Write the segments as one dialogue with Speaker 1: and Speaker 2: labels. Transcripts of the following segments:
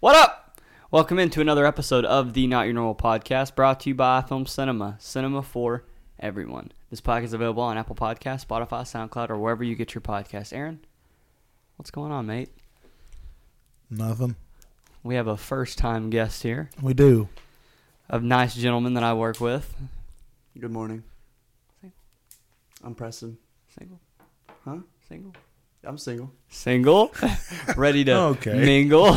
Speaker 1: What up? Welcome into another episode of the Not Your Normal Podcast, brought to you by Film Cinema, cinema for everyone. This podcast is available on Apple Podcasts, Spotify, SoundCloud, or wherever you get your podcasts. Aaron, what's going on, mate?
Speaker 2: Nothing.
Speaker 1: We have a first-time guest here,
Speaker 2: We do.
Speaker 1: a nice gentleman that I work with.
Speaker 3: Good morning.
Speaker 1: Sing.
Speaker 3: I'm Preston.
Speaker 1: Single,
Speaker 3: Huh?
Speaker 1: single,
Speaker 3: I'm single.
Speaker 1: single, ready to
Speaker 2: Okay.
Speaker 1: mingle.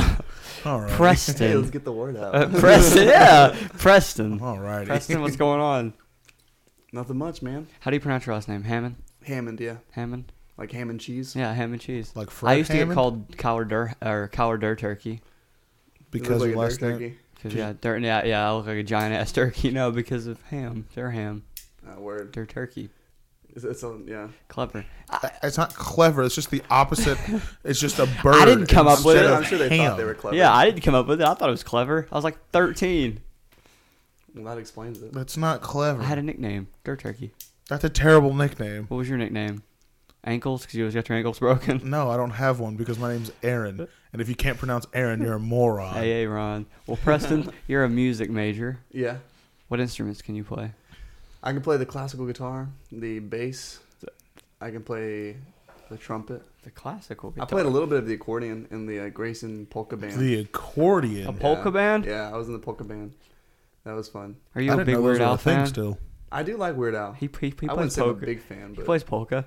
Speaker 2: All right.
Speaker 3: Hey, let's
Speaker 1: Preston,
Speaker 3: get the word out.
Speaker 1: Uh, Preston, yeah, Preston,
Speaker 2: All righty.
Speaker 1: Preston. What's going on?
Speaker 3: Nothing much, man.
Speaker 1: How do you pronounce your last name? Hammond.
Speaker 3: Hammond, yeah.
Speaker 1: Hammond.
Speaker 3: Like ham and cheese.
Speaker 1: Yeah, ham and cheese.
Speaker 2: Like
Speaker 1: I
Speaker 2: fried
Speaker 1: used to get
Speaker 2: Hammond?
Speaker 1: called coward dur or coward dur turkey
Speaker 3: It looks
Speaker 2: because
Speaker 3: like
Speaker 2: of
Speaker 3: a
Speaker 2: last
Speaker 3: dark
Speaker 2: night.
Speaker 1: because
Speaker 2: Just-
Speaker 1: yeah, dirt, yeah, yeah, I look like a giant ass turkey now because of ham, their ham,
Speaker 3: turkey. Ah, word.
Speaker 1: their turkey.
Speaker 3: It's, it's on, yeah.
Speaker 1: Clever.
Speaker 2: It's not clever. It's just the opposite. It's just a bird.
Speaker 1: didn't come up with
Speaker 2: instead
Speaker 1: it.
Speaker 2: of
Speaker 3: I'm sure they
Speaker 2: ham.
Speaker 3: thought they were clever.
Speaker 1: Yeah, I didn't come up with it. I thought it was clever. I was like 13.
Speaker 3: Well, that explains it.
Speaker 2: That's not clever.
Speaker 1: I had a nickname, dirt turkey.
Speaker 2: That's a terrible nickname.
Speaker 1: What was your nickname? Ankles, because you always got your ankles broken.
Speaker 2: No, I don't have one because my name's Aaron, and if you can't pronounce Aaron, you're a
Speaker 3: Uh,
Speaker 2: moron.
Speaker 1: Hey, hey, Ron. Well, Preston, you're a music major.
Speaker 3: Yeah.
Speaker 1: What instruments can you play?
Speaker 3: I can play the classical guitar, the bass. I can play the trumpet.
Speaker 1: The classical.
Speaker 3: I played a little bit of the accordion in the uh, Grayson polka band.
Speaker 2: The accordion.
Speaker 1: A polka
Speaker 3: Yeah.
Speaker 1: band?
Speaker 3: Yeah, I was in the polka band. That was fun.
Speaker 1: Are
Speaker 2: I
Speaker 1: you a
Speaker 2: didn't
Speaker 1: big
Speaker 2: know
Speaker 1: Weird
Speaker 2: those were
Speaker 1: Al
Speaker 2: a thing
Speaker 1: fan?
Speaker 2: Still,
Speaker 3: I do like Weird Al.
Speaker 1: He, he, he
Speaker 3: I
Speaker 1: plays
Speaker 3: wouldn't say I'm a
Speaker 1: poker.
Speaker 3: big fan,
Speaker 1: He
Speaker 3: but
Speaker 1: plays polka.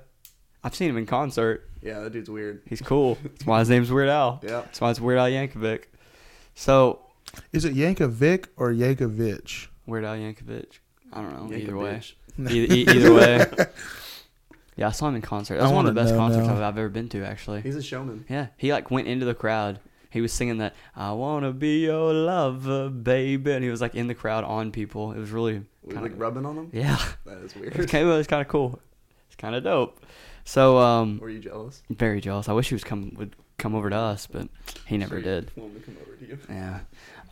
Speaker 1: I've seen him in concert.
Speaker 3: yeah, that dude's weird.
Speaker 1: He's cool. That's why his name's Weird Al.
Speaker 3: Yeah.
Speaker 1: That's why it's Weird Al Yankovic. So
Speaker 2: is it Yankovic or Yankovic?
Speaker 1: Weird Al Yankovic. I don't know.
Speaker 3: Yank a
Speaker 1: either way.
Speaker 3: bitch.
Speaker 1: Either, e- either way. Yeah, I saw him in concert. That
Speaker 2: I
Speaker 1: was one of the
Speaker 2: wanna
Speaker 1: best
Speaker 2: know
Speaker 1: concerts
Speaker 2: now.
Speaker 1: I've, I've ever been to, actually.
Speaker 3: He's a showman.
Speaker 1: Yeah, he like went into the crowd. He was singing that "I wanna be your lover, baby," and he was like in the crowd on people. It was really
Speaker 3: Was
Speaker 1: kind
Speaker 3: like
Speaker 1: of
Speaker 3: rubbing on him?
Speaker 1: yeah.
Speaker 3: That is
Speaker 1: It was
Speaker 3: weird.
Speaker 1: kind of, it was kind of cool. It's kind of dope. So um,
Speaker 3: Were you jealous?
Speaker 1: very jealous. I wish he was come would come over to us, but he never
Speaker 3: Sure,
Speaker 1: did.
Speaker 3: want me to come over to you.
Speaker 1: Yeah.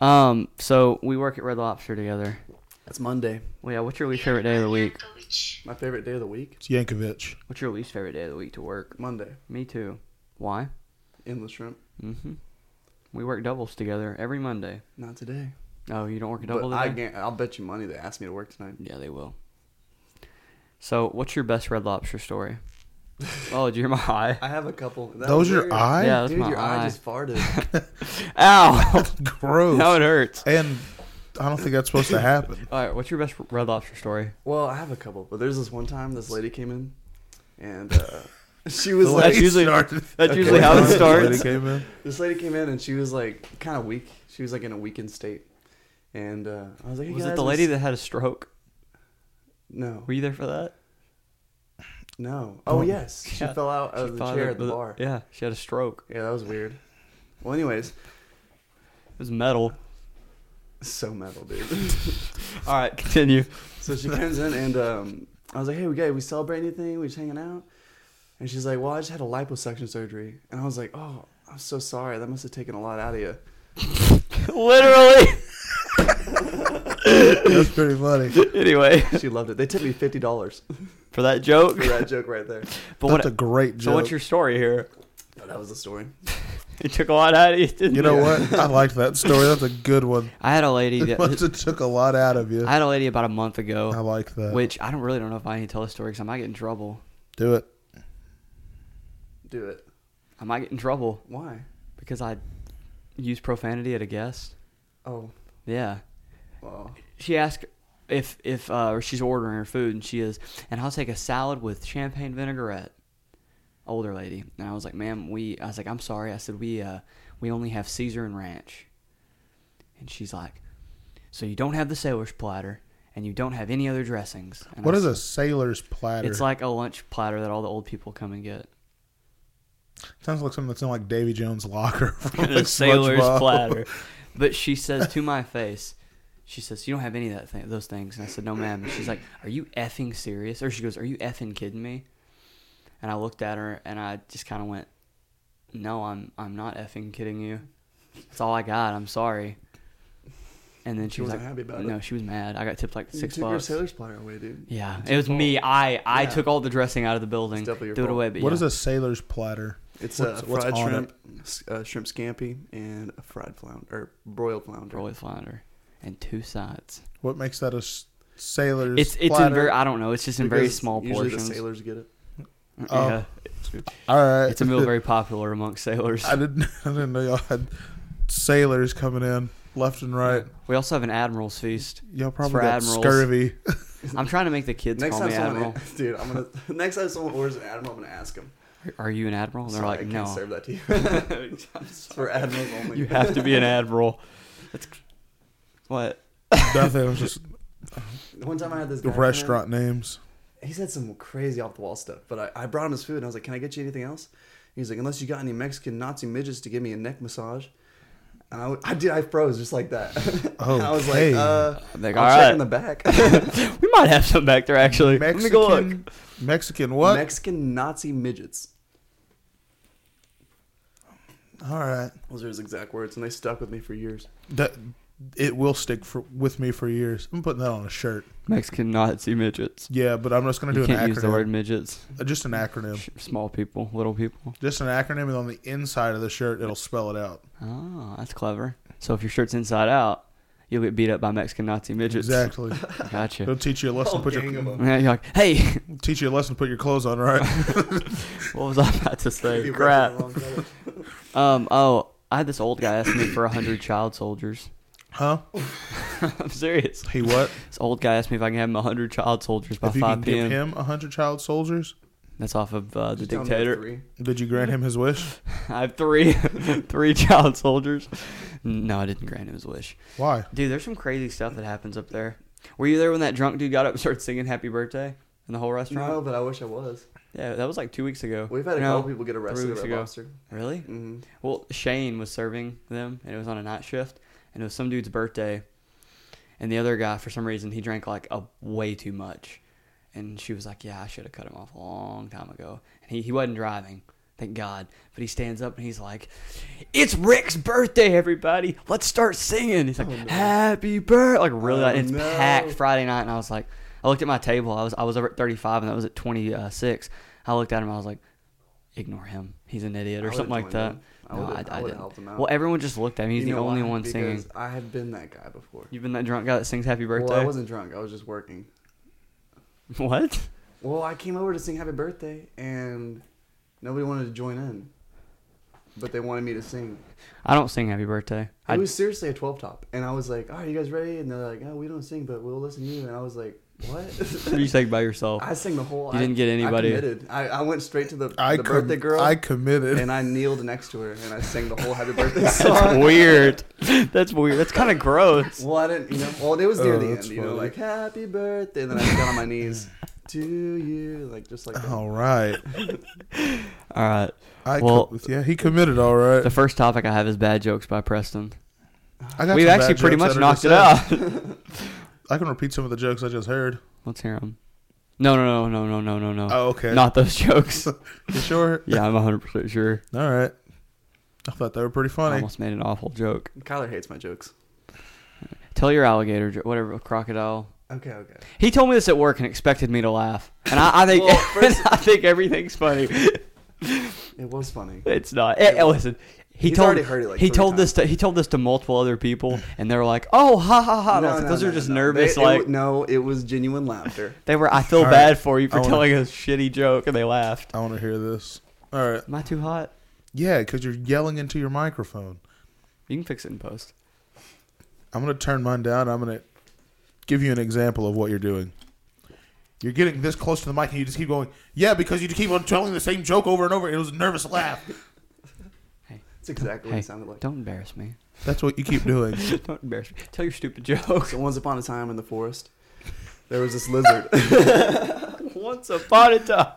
Speaker 1: Um. So we work at Red Lobster together.
Speaker 3: That's Monday.
Speaker 1: Well, yeah. What's your least favorite day of the week?
Speaker 3: My favorite day of the week?
Speaker 2: It's Yankovic.
Speaker 1: What's your least favorite day of the week to work?
Speaker 3: Monday.
Speaker 1: Me too. Why?
Speaker 3: Endless shrimp.
Speaker 1: Mm-hmm. We work doubles together every Monday.
Speaker 3: Not today.
Speaker 1: Oh, you don't work a
Speaker 3: But
Speaker 1: double
Speaker 3: I
Speaker 1: today?
Speaker 3: can I'll bet you money they asked me to work tonight.
Speaker 1: Yeah, they will. So, what's your best Red Lobster story? oh, did you hear my eye?
Speaker 3: I have a couple. That
Speaker 2: Those
Speaker 3: was
Speaker 2: your
Speaker 3: weird.
Speaker 2: eye?
Speaker 1: Yeah, that's
Speaker 3: Dude,
Speaker 1: my
Speaker 3: your
Speaker 1: eye.
Speaker 3: eye. just farted.
Speaker 1: Ow!
Speaker 2: Gross.
Speaker 1: now Oh. it hurts.
Speaker 2: and I don't think that's supposed to happen.
Speaker 1: All right, what's your best Red Lobster story?
Speaker 3: well, I have a couple, but there's this one time this lady came in, and uh, she was
Speaker 2: The
Speaker 3: like,
Speaker 2: lady
Speaker 1: usually-
Speaker 2: started-
Speaker 1: that's
Speaker 2: Okay.
Speaker 1: usually how it
Speaker 2: The
Speaker 1: starts.
Speaker 2: lady came in.
Speaker 3: this lady came in and she was like kind of weak. She was like in a weakened state, and uh, I was like, hey,
Speaker 1: Was
Speaker 3: guys,
Speaker 1: it the lady
Speaker 3: what's-
Speaker 1: that had a stroke?
Speaker 3: No,
Speaker 1: Were you there for that?
Speaker 3: no. Oh
Speaker 2: Oh.
Speaker 3: yes, she
Speaker 1: Yeah.
Speaker 3: fell out of
Speaker 1: She
Speaker 3: Oh, the
Speaker 1: thought
Speaker 3: chair
Speaker 1: it
Speaker 3: at the
Speaker 1: was-
Speaker 3: bar.
Speaker 1: Yeah, she had a stroke.
Speaker 3: yeah, that was weird. Well, anyways,
Speaker 1: It was metal.
Speaker 3: so metal, dude.
Speaker 1: All right, continue.
Speaker 3: So she comes in and um, I was like, "Hey, we got we celebrate anything? We just hanging out?" And she's like, "Well, I just had a liposuction surgery." And I was like, "Oh, I'm so sorry. That must have taken a lot out of you."
Speaker 1: Literally.
Speaker 2: That's pretty funny.
Speaker 1: anyway,
Speaker 3: She loved it. They tipped me fifty dollars
Speaker 1: for that joke.
Speaker 3: for that joke right there.
Speaker 1: But
Speaker 2: That's
Speaker 1: what,
Speaker 2: a great joke.
Speaker 1: so what's your story here?
Speaker 3: But that was the story.
Speaker 1: It took a lot out of you. Didn't
Speaker 2: you
Speaker 1: you
Speaker 2: know what? I liked that story. That's a good one.
Speaker 1: I had a lady.
Speaker 2: It must
Speaker 1: That,
Speaker 2: have took a lot out of you.
Speaker 1: I
Speaker 2: I,
Speaker 1: had a lady about a month ago,
Speaker 2: like that.
Speaker 1: which I don't really don't know if I need to tell the story because I might get in trouble.
Speaker 2: Do it.
Speaker 3: Do it.
Speaker 1: I might get in trouble
Speaker 3: Why?
Speaker 1: because I used profanity at a guest.
Speaker 3: Oh,
Speaker 1: Yeah.
Speaker 3: well,
Speaker 1: she asked if if uh, she's ordering her food, and she is, and I'll take a salad with champagne vinaigrette. Older lady, and I was like, "Ma'am, we," I was like, "I'm sorry," I said, "We uh, we only have Caesar and ranch." And she's like, "So you don't have the sailor's platter, and you don't have any other dressings." And
Speaker 2: What
Speaker 1: I
Speaker 2: is
Speaker 1: said,
Speaker 2: a sailor's platter?
Speaker 1: It's like a lunch platter that all the old people come and get.
Speaker 2: Sounds like something that's in like Davy Jones' locker. from,
Speaker 1: a
Speaker 2: like,
Speaker 1: sailor's
Speaker 2: SpongeBob.
Speaker 1: platter. But she says to my face, she says, "You don't have any of that thing, those things." And I said, "No, ma'am." And she's like, "Are you effing serious?" Or she goes, "Are you effing kidding me?" And I looked at her and I just kind of went, "No, I'm I'm not effing kidding you. That's all I got. I'm sorry." And then she,
Speaker 3: She
Speaker 1: was
Speaker 3: wasn't
Speaker 1: like,
Speaker 3: happy about it.
Speaker 1: "No, she was mad. I got tipped like
Speaker 3: you
Speaker 1: six
Speaker 3: took your
Speaker 1: bucks."
Speaker 3: sailor's platter away, dude.
Speaker 1: yeah, it was me. I I
Speaker 3: Yeah.
Speaker 1: took all the dressing out of the building,
Speaker 3: It's definitely your
Speaker 1: threw it
Speaker 3: fault.
Speaker 1: away. But
Speaker 2: What
Speaker 1: yeah.
Speaker 2: is a sailor's platter?
Speaker 3: It's
Speaker 2: What's-
Speaker 3: uh,
Speaker 2: what's
Speaker 3: fried
Speaker 2: on
Speaker 3: shrimp, s- uh, shrimp scampi, and a fried flounder or broiled flounder.
Speaker 1: broiled flounder, and two sides.
Speaker 2: What makes that a s- sailor's
Speaker 1: It's it's in
Speaker 2: platter?
Speaker 1: very I don't know. It's just in very
Speaker 3: Because
Speaker 1: small
Speaker 3: usually
Speaker 1: portions.
Speaker 3: the sailors Oh. get it.
Speaker 2: Oh.
Speaker 1: Yeah,
Speaker 2: All right.
Speaker 1: it's a meal very popular amongst sailors.
Speaker 2: I didn't. I didn't know y'all had sailors coming in left and right.
Speaker 1: We also have an admiral's feast.
Speaker 2: Y'all probably
Speaker 1: for
Speaker 2: got
Speaker 1: admirals.
Speaker 2: scurvy.
Speaker 1: I'm trying to make the kids
Speaker 3: next
Speaker 1: call
Speaker 3: time
Speaker 1: me
Speaker 3: someone,
Speaker 1: admiral.
Speaker 3: dude, I'm gonna. Next time someone orders an admiral, I'm gonna ask him.
Speaker 1: Are you an admiral? And they're
Speaker 3: Sorry, I
Speaker 1: like,
Speaker 3: can't
Speaker 1: no.
Speaker 3: serve that to you. it's for admirals only.
Speaker 1: You have to be an admiral. That's what.
Speaker 2: Nothing. It was just
Speaker 3: One time I had this
Speaker 2: the
Speaker 3: guy come in,
Speaker 2: restaurant names.
Speaker 3: He said some crazy off the wall stuff, but I, I brought him his food and I was like, "Can I get you anything else?" He's like, "Unless you got any Mexican Nazi midgets to give me a neck massage." And I, w- I did. I froze just like that. And I was like,
Speaker 2: Okay.
Speaker 3: uh,
Speaker 1: Like,
Speaker 3: "I'll
Speaker 1: all
Speaker 3: check
Speaker 1: right.
Speaker 3: in the back."
Speaker 1: We might have some back there actually. Let me go look.
Speaker 2: Mexican. Mexican what?
Speaker 3: Mexican Nazi midgets.
Speaker 2: All right.
Speaker 3: Those are his exact words, and they stuck with me for years.
Speaker 2: That it will stick for, with me for years. I'm putting that on a shirt.
Speaker 1: Mexican Nazi midgets.
Speaker 2: Yeah, but I'm just gonna do
Speaker 1: You
Speaker 2: an
Speaker 1: can't use the word
Speaker 2: acronym.
Speaker 1: midgets.
Speaker 2: Uh, Just an acronym.
Speaker 1: Sh- Small people, little people.
Speaker 2: Just an acronym, and on the inside of the shirt, it'll spell it out.
Speaker 1: Oh, that's clever. So if your shirt's inside out, you'll get beat up by Mexican Nazi midgets.
Speaker 2: Exactly. It'll
Speaker 1: Gotcha.
Speaker 2: teach you a lesson.
Speaker 3: Whole
Speaker 2: Put
Speaker 3: gang of
Speaker 2: your
Speaker 3: 'em.
Speaker 1: Yeah, you're like, hey,
Speaker 2: teach you a lesson. Put your clothes on, right?
Speaker 1: what was I about to say?
Speaker 3: Maybe
Speaker 1: Crap.
Speaker 3: we're in the wrong color.
Speaker 1: Um. Oh, I had this old guy ask me for a hundred child soldiers.
Speaker 2: Huh?
Speaker 1: I'm serious.
Speaker 2: He what?
Speaker 1: This old guy asked me if I can have him hundred child soldiers by
Speaker 2: if you can
Speaker 1: five
Speaker 2: give
Speaker 1: p.m.
Speaker 2: him a hundred child soldiers,
Speaker 1: That's off of uh, the
Speaker 3: Just tell me
Speaker 1: dictator.
Speaker 3: three.
Speaker 2: did you grant him his wish?
Speaker 1: I have three, three child soldiers. No, I didn't grant him his wish.
Speaker 2: Why?
Speaker 1: Dude, there's some crazy stuff that happens up there. Were you there when that drunk dude got up and started singing "Happy Birthday" in the whole restaurant?
Speaker 3: No, but I wish I was.
Speaker 1: Yeah, that was like two weeks ago.
Speaker 3: We've had a
Speaker 1: No,
Speaker 3: couple people get arrested
Speaker 1: three
Speaker 3: at
Speaker 1: weeks
Speaker 3: Red
Speaker 1: ago.
Speaker 3: Lobster.
Speaker 1: Really?
Speaker 3: hmm
Speaker 1: Well, Shane was serving them, and it was on a night shift, and it was some dude's birthday, and the other guy, for some reason, he drank like a way too much, and she was like, "Yeah, I should have cut him off a long time ago." And he he wasn't driving, thank God, but he stands up and he's like, "It's Rick's birthday, everybody! Let's start singing!" He's like, "Happy birthday!" Like really,
Speaker 3: Oh,
Speaker 1: like, it's
Speaker 3: no.
Speaker 1: packed Friday night, and I was like, I looked at my table, I was I was over at thirty five, and that was at twenty six. I looked at him, I was like. Ignore him. He's an idiot, or
Speaker 3: I
Speaker 1: something like
Speaker 3: would've
Speaker 1: that.
Speaker 3: joined him. I
Speaker 1: no,
Speaker 3: would've-
Speaker 1: I,
Speaker 3: I
Speaker 1: I,
Speaker 3: would've
Speaker 1: didn't.
Speaker 3: helped him out.
Speaker 1: Well, everyone just looked at me. He's
Speaker 3: You
Speaker 1: the
Speaker 3: know
Speaker 1: only
Speaker 3: why?
Speaker 1: one singing.
Speaker 3: Because I have been that guy before.
Speaker 1: You've been that drunk guy that sings "Happy Birthday."
Speaker 3: Well, I wasn't drunk. I was just working.
Speaker 1: What?
Speaker 3: Well, I came over to sing Happy Birthday, and nobody wanted to join in, but they wanted me to sing.
Speaker 1: I don't sing "Happy Birthday."
Speaker 3: It
Speaker 1: I,
Speaker 3: was seriously a twelve top, and I was like, "All right, you guys ready?" And they're like, "Oh, we don't sing, but we'll listen to you." And I was like, "What?"
Speaker 1: you sang by yourself.
Speaker 3: I sang the whole.
Speaker 1: Oh. You
Speaker 3: I-
Speaker 1: didn't get anybody.
Speaker 3: I committed. I, I went straight to the,
Speaker 2: I
Speaker 3: the
Speaker 2: com-
Speaker 3: birthday girl,
Speaker 2: I committed.
Speaker 3: and I kneeled next to her, and I sang the whole Happy Birthday
Speaker 1: That's
Speaker 3: song.
Speaker 1: weird. That's weird. That's kind of gross.
Speaker 3: Well, I didn't, you know. Well, it was near
Speaker 2: Oh,
Speaker 3: the end,
Speaker 2: that's
Speaker 3: you know,
Speaker 2: funny.
Speaker 3: like Happy Birthday, and then I just got on my knees to you, like just like that.
Speaker 2: All right.
Speaker 1: All right.
Speaker 2: I
Speaker 1: Well-
Speaker 2: com- yeah, he committed. All right.
Speaker 1: The first topic I have is bad jokes by Preston.
Speaker 2: I got
Speaker 1: We've
Speaker 2: some bad
Speaker 1: actually pretty
Speaker 2: jokes
Speaker 1: much
Speaker 2: that are
Speaker 1: knocked
Speaker 2: just
Speaker 1: it
Speaker 2: said.
Speaker 1: out.
Speaker 2: I can repeat some of the jokes I just heard.
Speaker 1: Let's hear them. No, no, no, no, no, no, no, no.
Speaker 2: Oh, okay.
Speaker 1: Not those jokes.
Speaker 2: You sure?
Speaker 1: yeah, I'm 100 percent sure.
Speaker 2: All right. I thought they were pretty
Speaker 1: I
Speaker 2: funny.
Speaker 1: almost made an awful joke.
Speaker 3: Kyler hates my jokes.
Speaker 1: Tell your alligator, jo- whatever, crocodile.
Speaker 3: Okay, okay.
Speaker 1: He told me this at work and expected me to laugh, and I, I think
Speaker 3: Well, first-
Speaker 1: I think everything's funny.
Speaker 3: It was funny.
Speaker 1: It's not. Eh, eh, listen, he
Speaker 3: He's
Speaker 1: told
Speaker 3: already heard it, like,
Speaker 1: he
Speaker 3: three
Speaker 1: told this to he told this to multiple other people, and they were like, "Oh, ha ha ha!" And I was like, Those are just nervous.
Speaker 3: They- it
Speaker 1: like
Speaker 3: wa- no, it was genuine laughter.
Speaker 1: they were. I feel
Speaker 2: All right.
Speaker 1: bad for you for
Speaker 2: I wanna-
Speaker 1: telling a shitty joke, and they laughed.
Speaker 2: I want to hear this. All right.
Speaker 1: Am I too hot?
Speaker 2: Yeah, because you're yelling into your microphone.
Speaker 1: You can fix it in post.
Speaker 2: I'm going to turn mine down. I'm going to give you an example of what you're doing. You're getting this close to the mic and you just keep going, yeah, because you keep on telling the same joke over and over. It was a nervous laugh.
Speaker 1: Hey,
Speaker 3: That's exactly what
Speaker 1: hey,
Speaker 3: it sounded like.
Speaker 1: don't embarrass me.
Speaker 2: That's what you keep doing.
Speaker 1: don't embarrass me. Tell your stupid joke.
Speaker 3: So once upon a time in the forest, there was this lizard,
Speaker 1: Once upon a time.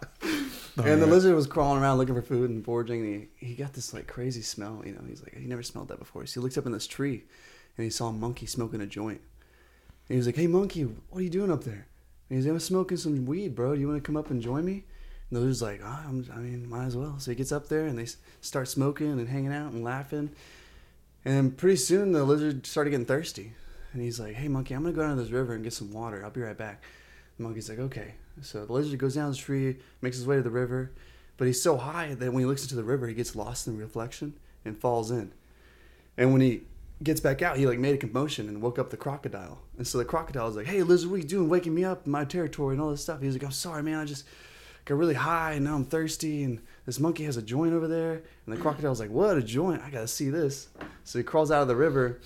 Speaker 3: and the lizard was crawling around looking for food and foraging. And he, he got this like crazy smell. You know, he's like he never smelled that before. So he looked up in this tree, and he saw a monkey smoking a joint. And he was like, "Hey monkey, what are you doing up there?" And he's like, "I'm smoking some weed, bro. Do you want to come up and join me?" And the lizard's like, Ah, I'm, "I mean, might as well." So he gets up there and they s- start smoking and hanging out and laughing. And pretty soon the lizard started getting thirsty. And he's like, hey, monkey, I'm going to go down to this river and get some water. I'll be right back. The monkey's like, okay. So the lizard goes down the tree, makes his way to the river. But he's so high that when he looks into the river, he gets lost in the reflection and falls in. And when he gets back out, he like made a commotion and woke up the crocodile. And so the crocodile was like, "Hey, lizard, what are you doing, waking me up in my territory and all this stuff?" He was like, "I'm sorry, man. I just got really high and now I'm thirsty and this monkey has a joint over there." And the crocodile's like, "What a joint! I gotta see this." So he crawls out of the river,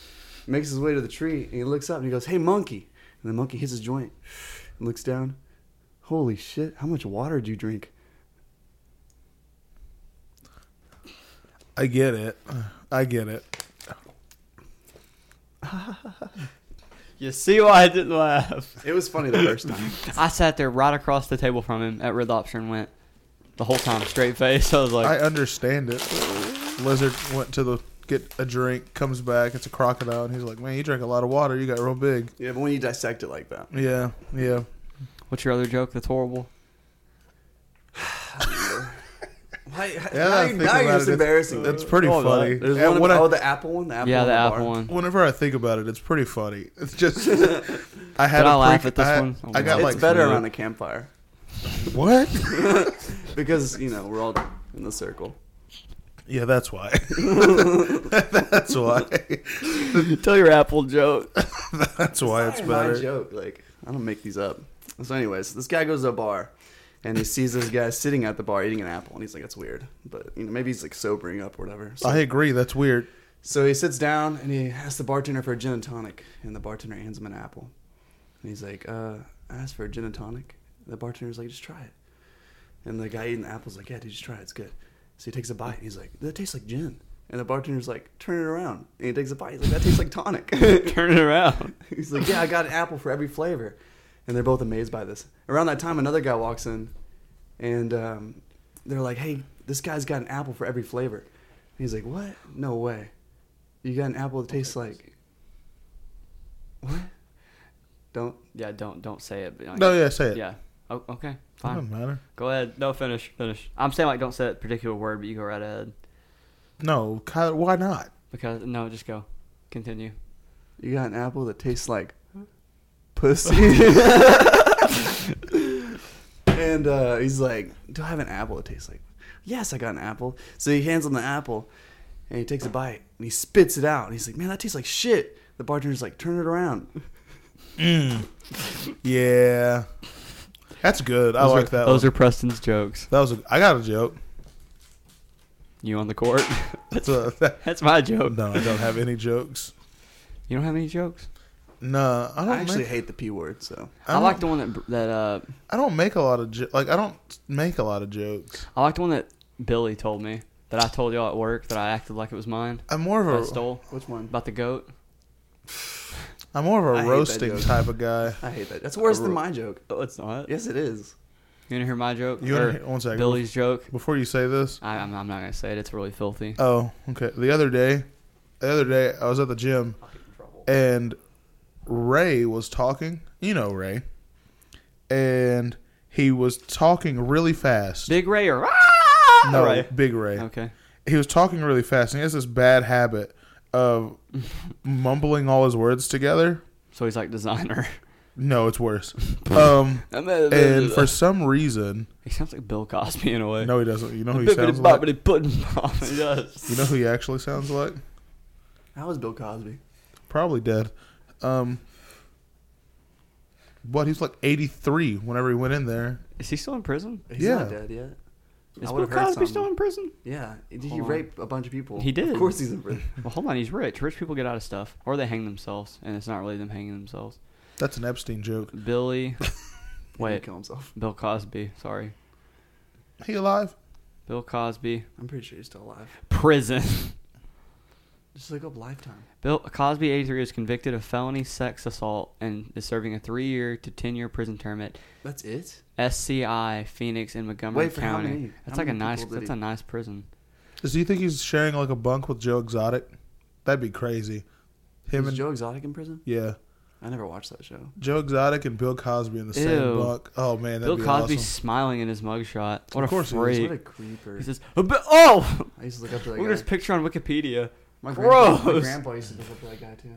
Speaker 3: makes his way to the tree, and he looks up and he goes, "Hey, monkey!" And the monkey hits his joint and looks down. Holy shit! How much water did you drink?
Speaker 2: I get it. I get it.
Speaker 1: You see why I didn't laugh?
Speaker 3: It was funny the first time.
Speaker 1: I sat there right across the table from him at Red Lobster and went the whole time straight face. I was like,
Speaker 2: I understand it. Lizard went to the get a drink, comes back, it's a crocodile, and he's like, "Man, you drank a lot of water. You got real big."
Speaker 3: Yeah, but when you dissect it like that,
Speaker 2: Yeah, yeah.
Speaker 1: "What's your other joke that's horrible?"
Speaker 3: why,
Speaker 2: Yeah,
Speaker 3: now,
Speaker 2: I
Speaker 3: you,
Speaker 2: think
Speaker 3: now
Speaker 2: about
Speaker 3: you're
Speaker 2: it,
Speaker 3: just embarrassing. me.
Speaker 2: It's, it's pretty
Speaker 1: Oh, that-
Speaker 2: funny.
Speaker 3: There's
Speaker 2: And
Speaker 3: one
Speaker 2: when
Speaker 3: about,
Speaker 2: I-
Speaker 3: oh, the apple one. The apple
Speaker 1: yeah,
Speaker 3: on
Speaker 1: the
Speaker 3: bar.
Speaker 1: apple one.
Speaker 2: whenever I think about it, it's pretty funny. It's just I had
Speaker 1: Did
Speaker 2: a
Speaker 1: I laugh at this
Speaker 2: I,
Speaker 1: one? Oh,
Speaker 2: I got
Speaker 1: wow.
Speaker 3: It's
Speaker 2: like
Speaker 3: better around a campfire
Speaker 2: what?
Speaker 3: because you know we're all in the circle.
Speaker 2: yeah, that's why. that's why.
Speaker 1: Tell your apple joke.
Speaker 2: That's why it's
Speaker 3: My
Speaker 2: better.
Speaker 3: joke, like I don't make these up. So, anyways, this guy goes to a bar, and he sees this guy sitting at the bar eating an apple, and he's like, "That's weird," but you know maybe he's like sobering up or whatever. So
Speaker 2: I agree. That's weird.
Speaker 3: So he sits down and he asks the bartender for a gin and tonic, and the bartender hands him an apple. And he's like, uh, I asked for a gin and tonic. And the bartender's like, just try it. And the guy eating the apple's like, yeah, dude, just try it. It's good. So he takes a bite and he's like, that tastes like gin. And the bartender's like, turn it around. And he takes a bite. He's like, that tastes like tonic.
Speaker 1: Turn it around.
Speaker 3: he's like, yeah, I got an apple for every flavor. And they're both amazed by this. Around that time, another guy walks in and um, they're like, hey, this guy's got an apple for every flavor. And he's like, what? No way. You got an apple that tastes like. What? Don't.
Speaker 1: Yeah, don't don't say it. but, like,
Speaker 2: No, yeah, say it.
Speaker 1: Yeah. Oh, okay.
Speaker 2: Doesn't
Speaker 1: Fine.
Speaker 2: matter.
Speaker 1: Go ahead. No, finish. Finish. I'm saying like don't say that particular word, but you go right ahead.
Speaker 2: No, Kyle, why not?
Speaker 1: Because no, just go. Continue.
Speaker 3: You got an apple that tastes like. Pussy. and uh, he's like, Do I have an apple that tastes like. Yes, I got an apple. So he hands him the apple and he takes a bite and he spits it out. And he's like, Man, that tastes like shit. The bartender's like, Turn it around.
Speaker 2: Mm. Yeah, that's good. I like that.
Speaker 1: Those
Speaker 2: one.
Speaker 1: are Preston's jokes.
Speaker 2: that was. A, I got a joke.
Speaker 1: You on the court?
Speaker 2: That's a,
Speaker 1: That's my joke.
Speaker 2: no, I don't have any jokes.
Speaker 1: You don't have any jokes.
Speaker 2: No, I
Speaker 3: I,
Speaker 1: Oh
Speaker 2: don't
Speaker 3: actually
Speaker 2: make,
Speaker 3: hate the P word, so.
Speaker 1: I,
Speaker 2: don't-
Speaker 1: like the one that that uh,
Speaker 2: I don't make a lot of jo- like I don't make a lot of jokes.
Speaker 1: I like the one that Billy told me that I told y'all at work that I acted like it was mine.
Speaker 2: I'm more
Speaker 1: that I
Speaker 2: of a
Speaker 1: stole
Speaker 3: Which one?
Speaker 1: about the goat.
Speaker 2: I'm more
Speaker 3: I
Speaker 2: of a
Speaker 3: hate that
Speaker 2: roasting
Speaker 3: joke.
Speaker 2: type of guy.
Speaker 3: I hate that. That's worse than my joke.
Speaker 1: Oh, it's not.
Speaker 3: Yes, it is.
Speaker 1: You wanna hear my joke?
Speaker 2: You
Speaker 1: Or
Speaker 2: wanna hear- one second.
Speaker 1: Billy's joke.
Speaker 2: Before you say this,
Speaker 1: I, I'm, I'm not gonna say it. It's really filthy.
Speaker 2: oh okay. The other day, the other day I was at the gym and Ray was talking. You know Ray, and he was talking really fast.
Speaker 1: Big Ray or ah!
Speaker 2: no,
Speaker 1: Ray.
Speaker 2: Big Ray.
Speaker 1: Okay.
Speaker 2: he was talking really fast and he has this bad habit of mumbling all his words together
Speaker 1: So he's like designer.
Speaker 2: no it's worse um and for some reason
Speaker 1: he sounds like Bill Cosby in a way.
Speaker 2: no he doesn't you know who he sounds like
Speaker 1: Bibbidi-bobbidi pudding pop. He does.
Speaker 2: you know who he actually sounds like
Speaker 3: How was Bill Cosby?
Speaker 2: probably dead um what he was like 83 whenever he went in there
Speaker 1: Is he still in prison?
Speaker 3: He's
Speaker 2: Yeah.
Speaker 3: not dead yet.
Speaker 1: Is
Speaker 3: I
Speaker 1: Bill
Speaker 3: would've heard
Speaker 1: Cosby
Speaker 3: something.
Speaker 1: still in prison?
Speaker 3: Yeah. Did he
Speaker 1: Hold on.
Speaker 3: rape a bunch of people?
Speaker 1: He did.
Speaker 3: Of course he's in prison.
Speaker 1: Well, hold on. He's rich. Rich people get out of stuff, or they hang themselves, and it's not really them hanging themselves.
Speaker 2: that's an epstein joke
Speaker 1: Billy,
Speaker 3: He
Speaker 1: wait,
Speaker 3: didn't kill himself.
Speaker 1: Bill Cosby. Sorry,
Speaker 2: he alive
Speaker 1: Bill Cosby.
Speaker 3: I'm pretty sure he's still alive.
Speaker 1: Prison.
Speaker 3: Just look up Lifetime.
Speaker 1: Bill Cosby, 83, was convicted of felony sex assault and is serving a three-year to 10-year prison term at
Speaker 3: That's it.
Speaker 1: SCI Phoenix in Montgomery
Speaker 3: Wait, for how
Speaker 1: County.
Speaker 3: many-
Speaker 1: That's
Speaker 3: how
Speaker 1: like a
Speaker 3: many
Speaker 1: nice.
Speaker 3: people did
Speaker 1: That's a
Speaker 3: he-
Speaker 1: nice prison.
Speaker 2: does he think he's sharing like a bunk with joe exotic that'd be crazy him
Speaker 3: was
Speaker 2: and
Speaker 3: Joe Exotic in prison?
Speaker 2: yeah
Speaker 3: I never watched that show.
Speaker 2: Joe Exotic and Bill Cosby in the same
Speaker 1: Ew.
Speaker 2: bunk. Oh man, that'd
Speaker 1: Bill
Speaker 2: be
Speaker 1: Cosby's
Speaker 2: awesome.
Speaker 1: smiling in his mugshot. What
Speaker 2: Of course
Speaker 1: a
Speaker 2: he is.
Speaker 1: freak!
Speaker 3: What a creeper.
Speaker 1: He says, "A bi- "Oh,
Speaker 3: I used to look up to that
Speaker 1: look at
Speaker 3: guy.
Speaker 1: this picture on Wikipedia."
Speaker 3: my, grandpa, my
Speaker 1: Gross.
Speaker 3: grandpa used to look up to that guy too.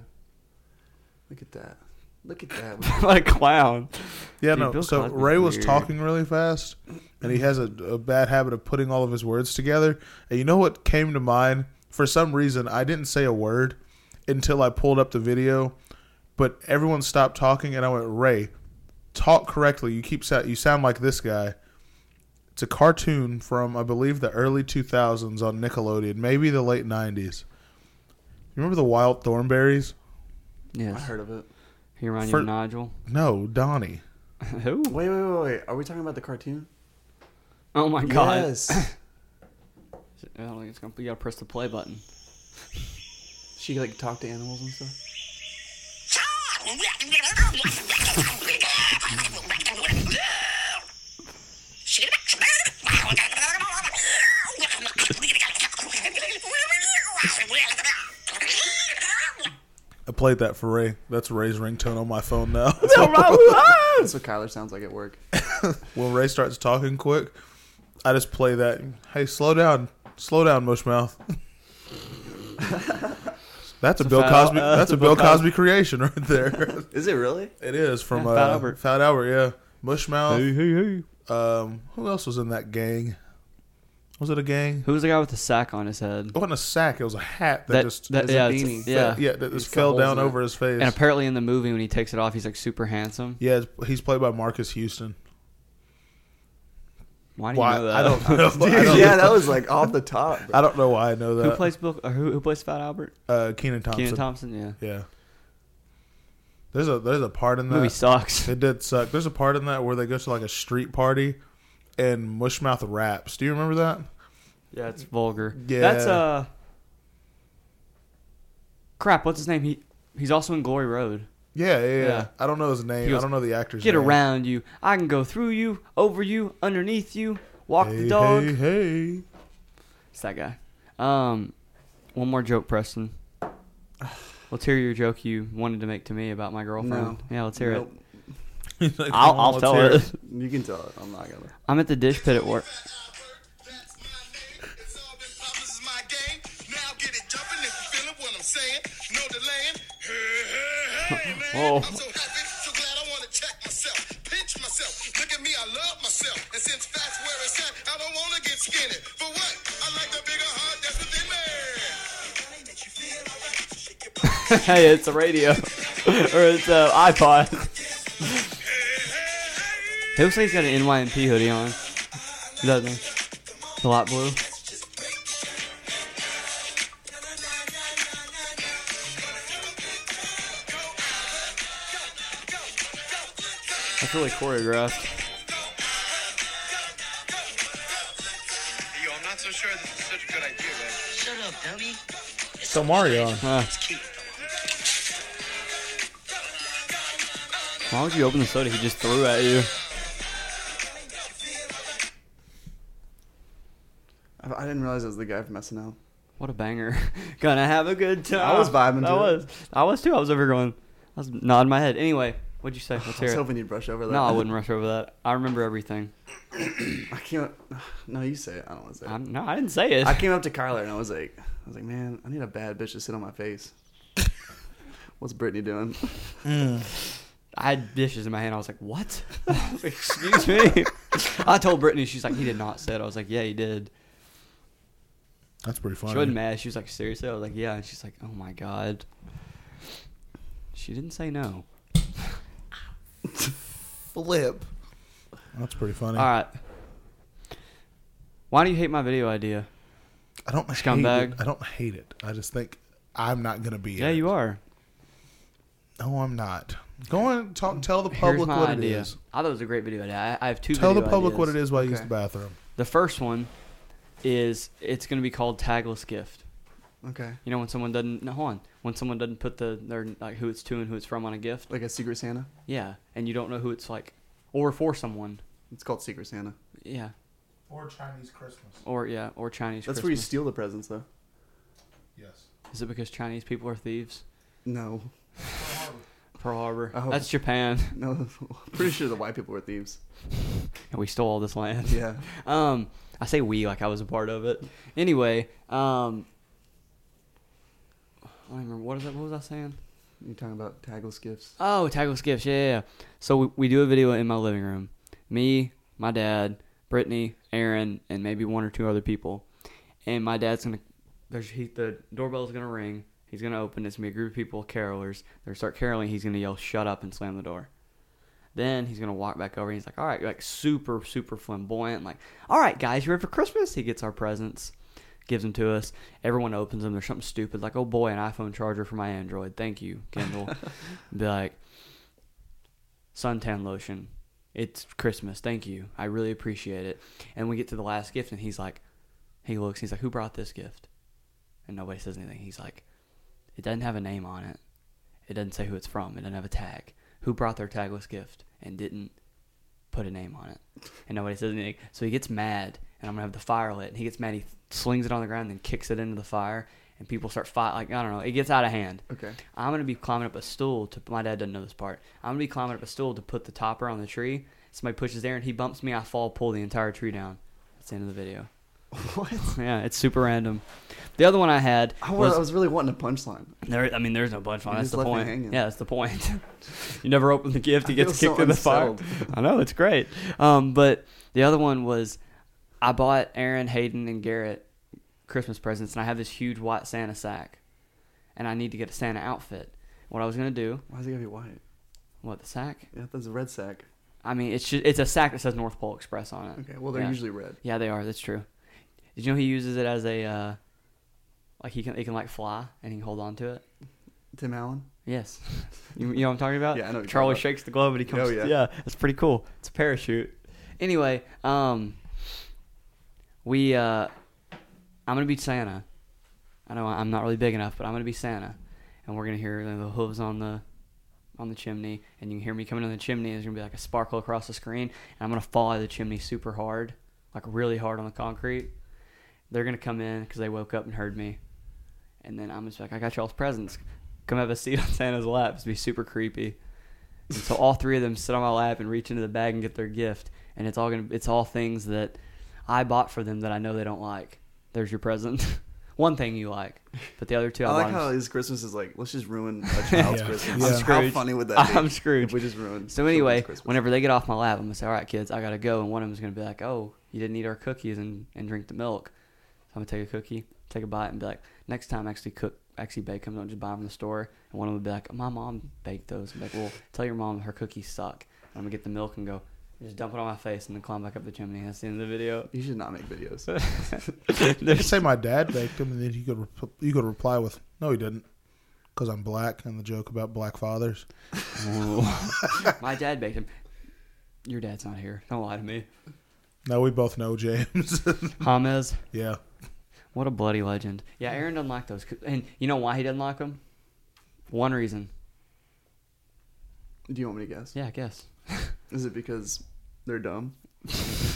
Speaker 3: Look at that. Look at that.
Speaker 1: what a clown.
Speaker 2: Yeah,
Speaker 1: Dude,
Speaker 2: no.
Speaker 1: Bill
Speaker 2: so
Speaker 1: Cosby's
Speaker 2: Ray was
Speaker 1: weird.
Speaker 2: talking really fast, and he has a, a bad habit of putting all of his words together. And you know what came to mind? For some reason, I didn't say a word until I pulled up the video, but everyone stopped talking, and I went, "Ray, talk correctly. You keep sa- you sound like this guy." It's a cartoon from I believe the early 2000s on Nickelodeon, maybe the late 90s. You remember the Wild Thornberries?
Speaker 3: I
Speaker 1: Yes.
Speaker 3: heard of it.
Speaker 1: He remind
Speaker 2: For-
Speaker 1: you of Nigel.
Speaker 2: No, Donnie.
Speaker 1: Who?
Speaker 3: Wait, wait, wait, wait. Are we talking about the cartoon?
Speaker 1: Oh my god.
Speaker 3: Yes.
Speaker 1: I don't think it's gonna. You gotta press the play button.
Speaker 3: she like talked to animals and stuff.
Speaker 2: I played that for Ray. That's Ray's ringtone on my phone now.
Speaker 3: That's what Kyler sounds like at work.
Speaker 2: when Ray starts talking quick, I just play that. Hey, slow down, slow down, mushmouth. that's a Bill
Speaker 1: Fat Al-
Speaker 2: Cosby.
Speaker 1: uh,
Speaker 2: that's a Bill Cosby creation right there.
Speaker 3: Is it really?
Speaker 2: it is from
Speaker 1: Yeah, Fat
Speaker 2: uh, Fat Albert.
Speaker 1: Albert.
Speaker 2: Fat Albert, yeah. Mushmouth.
Speaker 1: hey, hey.
Speaker 2: Um, who else was in that gang? Was it a gang?
Speaker 1: Who was the guy with the sack on his head?
Speaker 2: It wasn't a sack. It was a hat that,
Speaker 1: That-
Speaker 2: just
Speaker 1: that-
Speaker 3: It's a
Speaker 1: yeah,
Speaker 3: beanie.
Speaker 1: it's, yeah.
Speaker 2: yeah that just
Speaker 3: got
Speaker 2: fell
Speaker 3: holes
Speaker 2: down
Speaker 3: in it.
Speaker 2: over his face.
Speaker 1: And apparently in the movie when he takes it off, he's like super handsome.
Speaker 2: yeah, it's- he's played by Marcus Houston.
Speaker 1: Why do
Speaker 2: Why?
Speaker 1: you know that?
Speaker 2: I don't know. I don't,
Speaker 3: yeah, that was like off the top.
Speaker 2: I don't know why I know
Speaker 1: Who
Speaker 2: that.
Speaker 1: plays Bill? Or who, who plays Fat Albert?
Speaker 2: uh, Keenan Thompson?
Speaker 1: Keenan Thompson. Yeah.
Speaker 2: Yeah. There's a there's a part in
Speaker 1: The movie
Speaker 2: that
Speaker 1: sucks.
Speaker 2: it did suck. There's a part in that where they go to like a street party and Mushmouth raps. Do you remember that?
Speaker 1: Yeah, it's vulgar.
Speaker 2: Yeah.
Speaker 1: That's uh. Crap! What's his name? He he's also in Glory Road.
Speaker 2: Yeah, yeah, yeah.
Speaker 1: Yeah.
Speaker 2: I don't know his name.
Speaker 1: He goes,
Speaker 2: I don't know the actor's
Speaker 1: Get
Speaker 2: name.
Speaker 1: around you. I can go through you, over you, underneath you, walk
Speaker 2: Hey,
Speaker 1: the dog.
Speaker 2: Hey, hey.
Speaker 1: It's that guy. Um, one more joke, Preston. Let's hear your joke you wanted to make to me about my girlfriend.
Speaker 3: No.
Speaker 1: Yeah, let's hear
Speaker 3: Nope.
Speaker 1: it.
Speaker 2: He's like,
Speaker 1: I'll,
Speaker 2: "Come on,
Speaker 1: I'll
Speaker 2: let's
Speaker 1: tell
Speaker 2: hear
Speaker 1: it.
Speaker 3: You can tell it. I'm not gonna.
Speaker 1: I'm at the dish pit at work.
Speaker 4: Oh.
Speaker 1: Whoa.
Speaker 4: I'm so happy, so glad I want to check myself, pinch myself. Look at me, I love myself. And since that's where it's at, I don't want to get skinny. For what? I like the bigger heart that's within me.
Speaker 1: hey, it's a radio. or it's an iPod. It looks like he's got an NYMP hoodie on. Doesn't he? The light blue. That's really choreographed.
Speaker 4: Yo, I'm not so sure this is such a good idea, man.
Speaker 5: Shut up, dummy.
Speaker 2: it. So Mario.
Speaker 1: Huh. Why would you open the soda he just threw at you?
Speaker 3: I, I didn't realize that was the guy from SNL.
Speaker 1: What a banger. Gonna have a good time.
Speaker 3: I was vibing to
Speaker 1: I
Speaker 3: it.
Speaker 1: was. I was too. I was over here going. I was nodding my head. Anyway, what'd you say? Let's
Speaker 3: I was
Speaker 1: hear it.
Speaker 3: hoping you'd brush over that.
Speaker 1: No, I wouldn't rush over that. I remember everything.
Speaker 3: I can't. No, you say it. I don't want to say it.
Speaker 1: I'm, no, I didn't say it.
Speaker 3: I came up to Kyler and I was like, I was like, man, I need a bad bitch to sit on my face. What's Brittany doing?
Speaker 1: I had dishes in my hand. I was like, what? Excuse me. I told Brittany. She's like, he did not say it. I was like, yeah, he did.
Speaker 2: That's pretty funny.
Speaker 1: She wasn't mad. She was like, seriously? I was like, yeah. And she's like, oh my God. She didn't say no.
Speaker 2: Flip. That's pretty funny.
Speaker 1: All right. Why do you hate my video idea?
Speaker 2: I don't Hate
Speaker 1: Scumbag.
Speaker 2: it. I don't hate it. I just think I'm not gonna be.
Speaker 1: Yeah, you are.
Speaker 2: No, I'm not. Go on. Talk. Tell the
Speaker 1: Here's
Speaker 2: public
Speaker 1: my
Speaker 2: what
Speaker 1: idea.
Speaker 2: it is.
Speaker 1: I thought it was a great video idea. I, I have two.
Speaker 2: Tell the
Speaker 1: video
Speaker 2: public
Speaker 1: ideas.
Speaker 2: what it is while you use
Speaker 3: Okay.
Speaker 2: the bathroom.
Speaker 1: The first one is it's going to be called tagless gift.
Speaker 3: Okay,
Speaker 1: You know when someone doesn't no, hold on when someone doesn't put the their like who it's to and who it's from on a gift.
Speaker 3: like a Secret Santa.
Speaker 1: Yeah, and you don't know who it's like or for someone.
Speaker 3: It's called Secret Santa.
Speaker 1: Yeah,
Speaker 2: Or Chinese Christmas.
Speaker 1: or yeah, or Chinese.
Speaker 3: That's where you
Speaker 1: Christmas.
Speaker 3: steal the presents, though.
Speaker 2: Yes.
Speaker 1: Is it because Chinese people are thieves?
Speaker 3: No,
Speaker 1: Pearl Harbor.
Speaker 2: Oh.
Speaker 3: I hope-
Speaker 1: That's Japan.
Speaker 3: no, I'm pretty sure the white people were thieves.
Speaker 1: And we stole all this land.
Speaker 3: Yeah,
Speaker 1: Um, I say we like I was a part of it. Anyway, um, I don't even remember what is that. What was I saying?
Speaker 3: You're talking about tagless gifts.
Speaker 1: Oh, tagless gifts. Yeah, yeah, yeah. So we, we do a video in my living room. Me, my dad, Brittany, Aaron, and maybe one or two other people. And my dad's gonna. There's he. The doorbell's gonna ring. He's gonna open. It's gonna be a group of people, carolers. They're gonna start caroling. He's gonna yell, "Shut up!" and slam the door. Then he's gonna walk back over. and He's like, "All right," like super, super flamboyant. Like, "All right, guys, you ready for Christmas?" He gets our presents, gives them to us. Everyone opens them. There's something stupid like, "Oh boy, an iPhone charger for my Android. Thank you, Kendall." Be like, "Suntan lotion. It's Christmas. Thank you. I really appreciate it." And we get to the last gift, and he's like, he looks, he's like, "Who brought this gift?" And nobody says anything. He's like, "It doesn't have a name on it. It doesn't say who it's from. It doesn't have a tag. Who brought their tagless gift and didn't put a name on it?" And nobody says anything. So he gets mad, and I'm gonna have the fire lit. And he gets mad. He slings it on the ground, then kicks it into the fire, and people start fight. Like I don't know. It gets out of hand.
Speaker 3: Okay.
Speaker 1: I'm gonna be climbing up a stool to my dad doesn't know this part. I'm gonna be climbing up a stool to put the topper on the tree. Somebody pushes there and he bumps me. I fall, pull the entire tree down. That's the end of the video.
Speaker 3: What?
Speaker 1: Yeah, it's super random. The other one I had
Speaker 3: I was,
Speaker 1: was,
Speaker 3: I was really wanting a punchline.
Speaker 1: there. I mean, there's no bunch on.
Speaker 3: You
Speaker 1: That's
Speaker 3: just
Speaker 1: the
Speaker 3: left me
Speaker 1: point.
Speaker 3: hanging.
Speaker 1: Yeah, that's the point. you never open the gift. He
Speaker 3: I
Speaker 1: gets
Speaker 3: feel
Speaker 1: kicked
Speaker 3: so
Speaker 1: in the fire.
Speaker 3: unsettled.
Speaker 1: I know it's great. Um, but the other one was I bought Aaron, Hayden, and Garrett Christmas presents, and I have this huge white Santa sack, and I need to get a Santa outfit. What I was gonna do
Speaker 3: Why is it gonna be white?
Speaker 1: What the sack?
Speaker 3: Yeah, that's a red sack.
Speaker 1: I mean, it's just, it's a sack that says North Pole Express on it.
Speaker 3: Okay, well they're
Speaker 1: Yeah.
Speaker 3: usually red.
Speaker 1: yeah, they are. That's true. Did you know he uses it as a uh, like he can he can like fly and he can hold on to it.
Speaker 3: Tim Allen.
Speaker 1: Yes, you, you know what I'm talking about.
Speaker 3: Yeah, I know what you're
Speaker 1: Charlie
Speaker 3: talking about.
Speaker 1: shakes the globe and he comes.
Speaker 3: Oh, yeah.
Speaker 1: yeah, that's pretty cool. It's a parachute. Anyway, um, we uh, I'm gonna be Santa. I know I'm not really big enough, but I'm gonna be Santa, and we're gonna hear the hooves on the on the chimney, and you can hear me coming down the chimney. There's gonna be like a sparkle across the screen, and I'm gonna fall out of the chimney super hard, like really hard on the concrete. They're gonna come in because they woke up and heard me, and then I'm just like, I got y'all's presents. Come have a seat on Santa's lap. It's gonna be super creepy. And so all three of them sit on my lap and reach into the bag and get their gift, and it's all gonna it's all things that I bought for them that I know they don't like. There's your present. One thing you like, but the other two I,
Speaker 3: I like
Speaker 1: bought 'em
Speaker 3: how his Christmas is like, let's just ruin a child's
Speaker 2: Yeah.
Speaker 3: Christmas.
Speaker 2: I'm
Speaker 3: how
Speaker 1: screwed.
Speaker 3: funny would that be?
Speaker 1: I'm screwed.
Speaker 3: If we just ruined.
Speaker 1: So anyway,
Speaker 3: children's Christmas?
Speaker 1: whenever they get off my lap, I'm gonna say, "All right, kids, I gotta go." And one of them's gonna be like, "Oh, you didn't eat our cookies and, and drink the milk." So I'm gonna take a cookie, take a bite, and be like, "Next time, actually cook, actually bake them. Don't just buy them from the store." And one of them would be like, "My mom baked those." I'm like, "Well, tell your mom her cookies suck." And I'm gonna get the milk and go, just dump it on my face, and then climb back up the chimney. That's the end of the video.
Speaker 3: you should not make videos.
Speaker 2: You could say my dad baked him, and then you could rep- you could reply with, "No, he didn't," because I'm black, and the joke about black fathers.
Speaker 1: my dad baked them. Your dad's not here. Don't lie to me.
Speaker 2: No, we both know James.
Speaker 1: Hames,
Speaker 2: yeah,
Speaker 1: what a bloody legend. Yeah, Aaron doesn't like those, coo- and you know why he doesn't like them? One reason.
Speaker 3: Do you want me to guess?
Speaker 1: Yeah, I guess.
Speaker 3: Is it because they're dumb?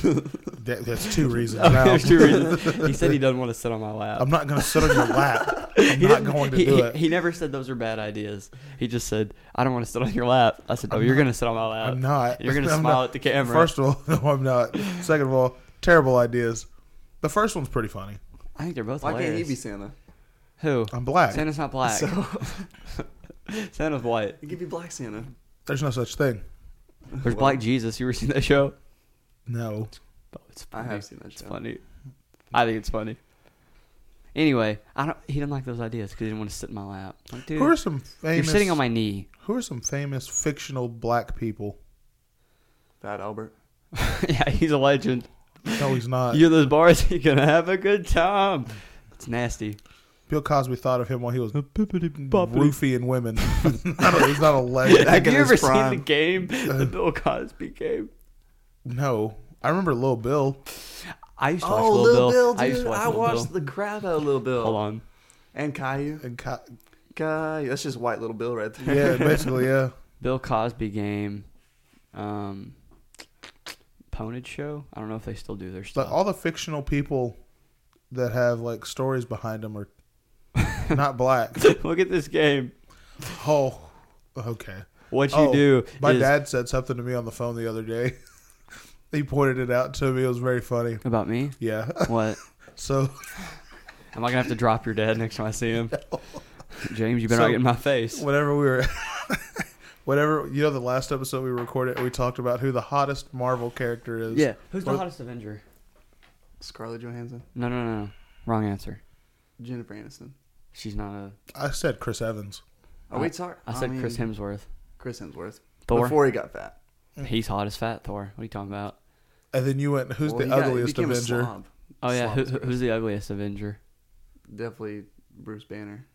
Speaker 2: that, that's two reasons. now.
Speaker 1: There's two reasons. He said he doesn't want to sit on my lap.
Speaker 2: I'm not going to sit on your lap. I'm
Speaker 1: He
Speaker 2: not
Speaker 1: didn't-
Speaker 2: going to
Speaker 1: he,
Speaker 2: do
Speaker 1: he-
Speaker 2: it.
Speaker 1: He never said those are bad ideas. He just said, "I don't want to sit on your lap." I said, "Oh, you're going to sit on my lap."
Speaker 2: I'm not.
Speaker 1: You're going to
Speaker 2: I'm
Speaker 1: smile
Speaker 2: not.
Speaker 1: at the camera.
Speaker 2: First of all, no, I'm not. Second of all, terrible ideas. The first one's pretty funny.
Speaker 1: I think they're both.
Speaker 3: Why can't he
Speaker 1: hilarious.
Speaker 3: be Santa?
Speaker 1: Who?
Speaker 2: I'm black.
Speaker 1: Santa's not black.
Speaker 3: So
Speaker 1: Santa's white.
Speaker 3: he could be Black Santa.
Speaker 2: There's no such thing.
Speaker 1: There's Black Jesus. You ever seen that show?
Speaker 2: No.
Speaker 1: Oh, it's
Speaker 3: I
Speaker 1: funny.
Speaker 3: have seen that
Speaker 1: It's
Speaker 3: show.
Speaker 1: funny. I think it's funny. Anyway, I don't. He didn't like those ideas because he didn't want to sit in my lap. Like, dude,
Speaker 2: Who are some
Speaker 1: you're
Speaker 2: famous?
Speaker 1: sitting on my knee.
Speaker 2: Who are some famous fictional black people?
Speaker 3: Fat Albert.
Speaker 1: yeah, he's a legend.
Speaker 2: No, he's
Speaker 3: Uh,
Speaker 2: not.
Speaker 1: You at those bars, you're gonna have a good time. It's nasty.
Speaker 2: Bill Cosby thought of him while he was
Speaker 1: Have
Speaker 2: roofing women. I don't, he's not a legend.
Speaker 3: Back in
Speaker 1: you
Speaker 3: his
Speaker 1: ever seen
Speaker 3: prime. Uh,
Speaker 1: the game, the Bill Cosby game?
Speaker 2: No, I remember Lil Bill.
Speaker 1: I used to watch
Speaker 3: Oh,
Speaker 1: Lil,
Speaker 3: Lil Bill,
Speaker 1: I used
Speaker 3: dude!
Speaker 1: to watch
Speaker 3: I
Speaker 1: Lil
Speaker 3: watched
Speaker 1: Bill.
Speaker 3: the crap out of Lil Bill.
Speaker 1: Hold on,
Speaker 3: And Caillou.
Speaker 2: And co-
Speaker 3: Caillou. That's just white Little Bill right
Speaker 2: yeah,
Speaker 3: there.
Speaker 2: basically, yeah.
Speaker 1: Bill Cosby game, um, Ponage show. I don't know if they still do their
Speaker 2: Like
Speaker 1: stuff.
Speaker 2: all the fictional people that have like stories behind them are not black.
Speaker 1: Look at this game.
Speaker 2: Oh, okay.
Speaker 1: What you
Speaker 2: Oh,
Speaker 1: do?
Speaker 2: My
Speaker 1: is-
Speaker 2: dad said something to me on the phone the other day. he pointed it out to me. It was very funny.
Speaker 1: about me.
Speaker 2: Yeah.
Speaker 1: What?
Speaker 2: So
Speaker 1: Am I gonna have to drop your dad next time I see him? James, you better
Speaker 2: So-
Speaker 1: not get in my face.
Speaker 2: Whenever we were, whatever you know, the last episode we recorded, we talked about who the hottest Marvel character is.
Speaker 1: Yeah. Who's
Speaker 2: Or-
Speaker 1: the hottest Avenger?
Speaker 3: Scarlett Johansson,
Speaker 1: No, no, no, no. Wrong answer.
Speaker 3: Jennifer Aniston.
Speaker 1: She's not a.
Speaker 2: I said Chris Evans.
Speaker 3: Oh wait, sorry.
Speaker 1: I said
Speaker 3: mean,
Speaker 1: Chris Hemsworth.
Speaker 3: Chris Hemsworth.
Speaker 1: Thor.
Speaker 3: Before he got fat.
Speaker 1: He's hot as fat Thor. What are you talking about?
Speaker 2: And then you went, who's
Speaker 3: Well, he
Speaker 2: the
Speaker 3: got- he
Speaker 2: ugliest
Speaker 3: became a
Speaker 2: Avenger?
Speaker 3: slob.
Speaker 1: Oh yeah,
Speaker 3: Slob
Speaker 1: who,
Speaker 3: is gross.
Speaker 1: who's the ugliest Avenger?
Speaker 3: Definitely Bruce Banner.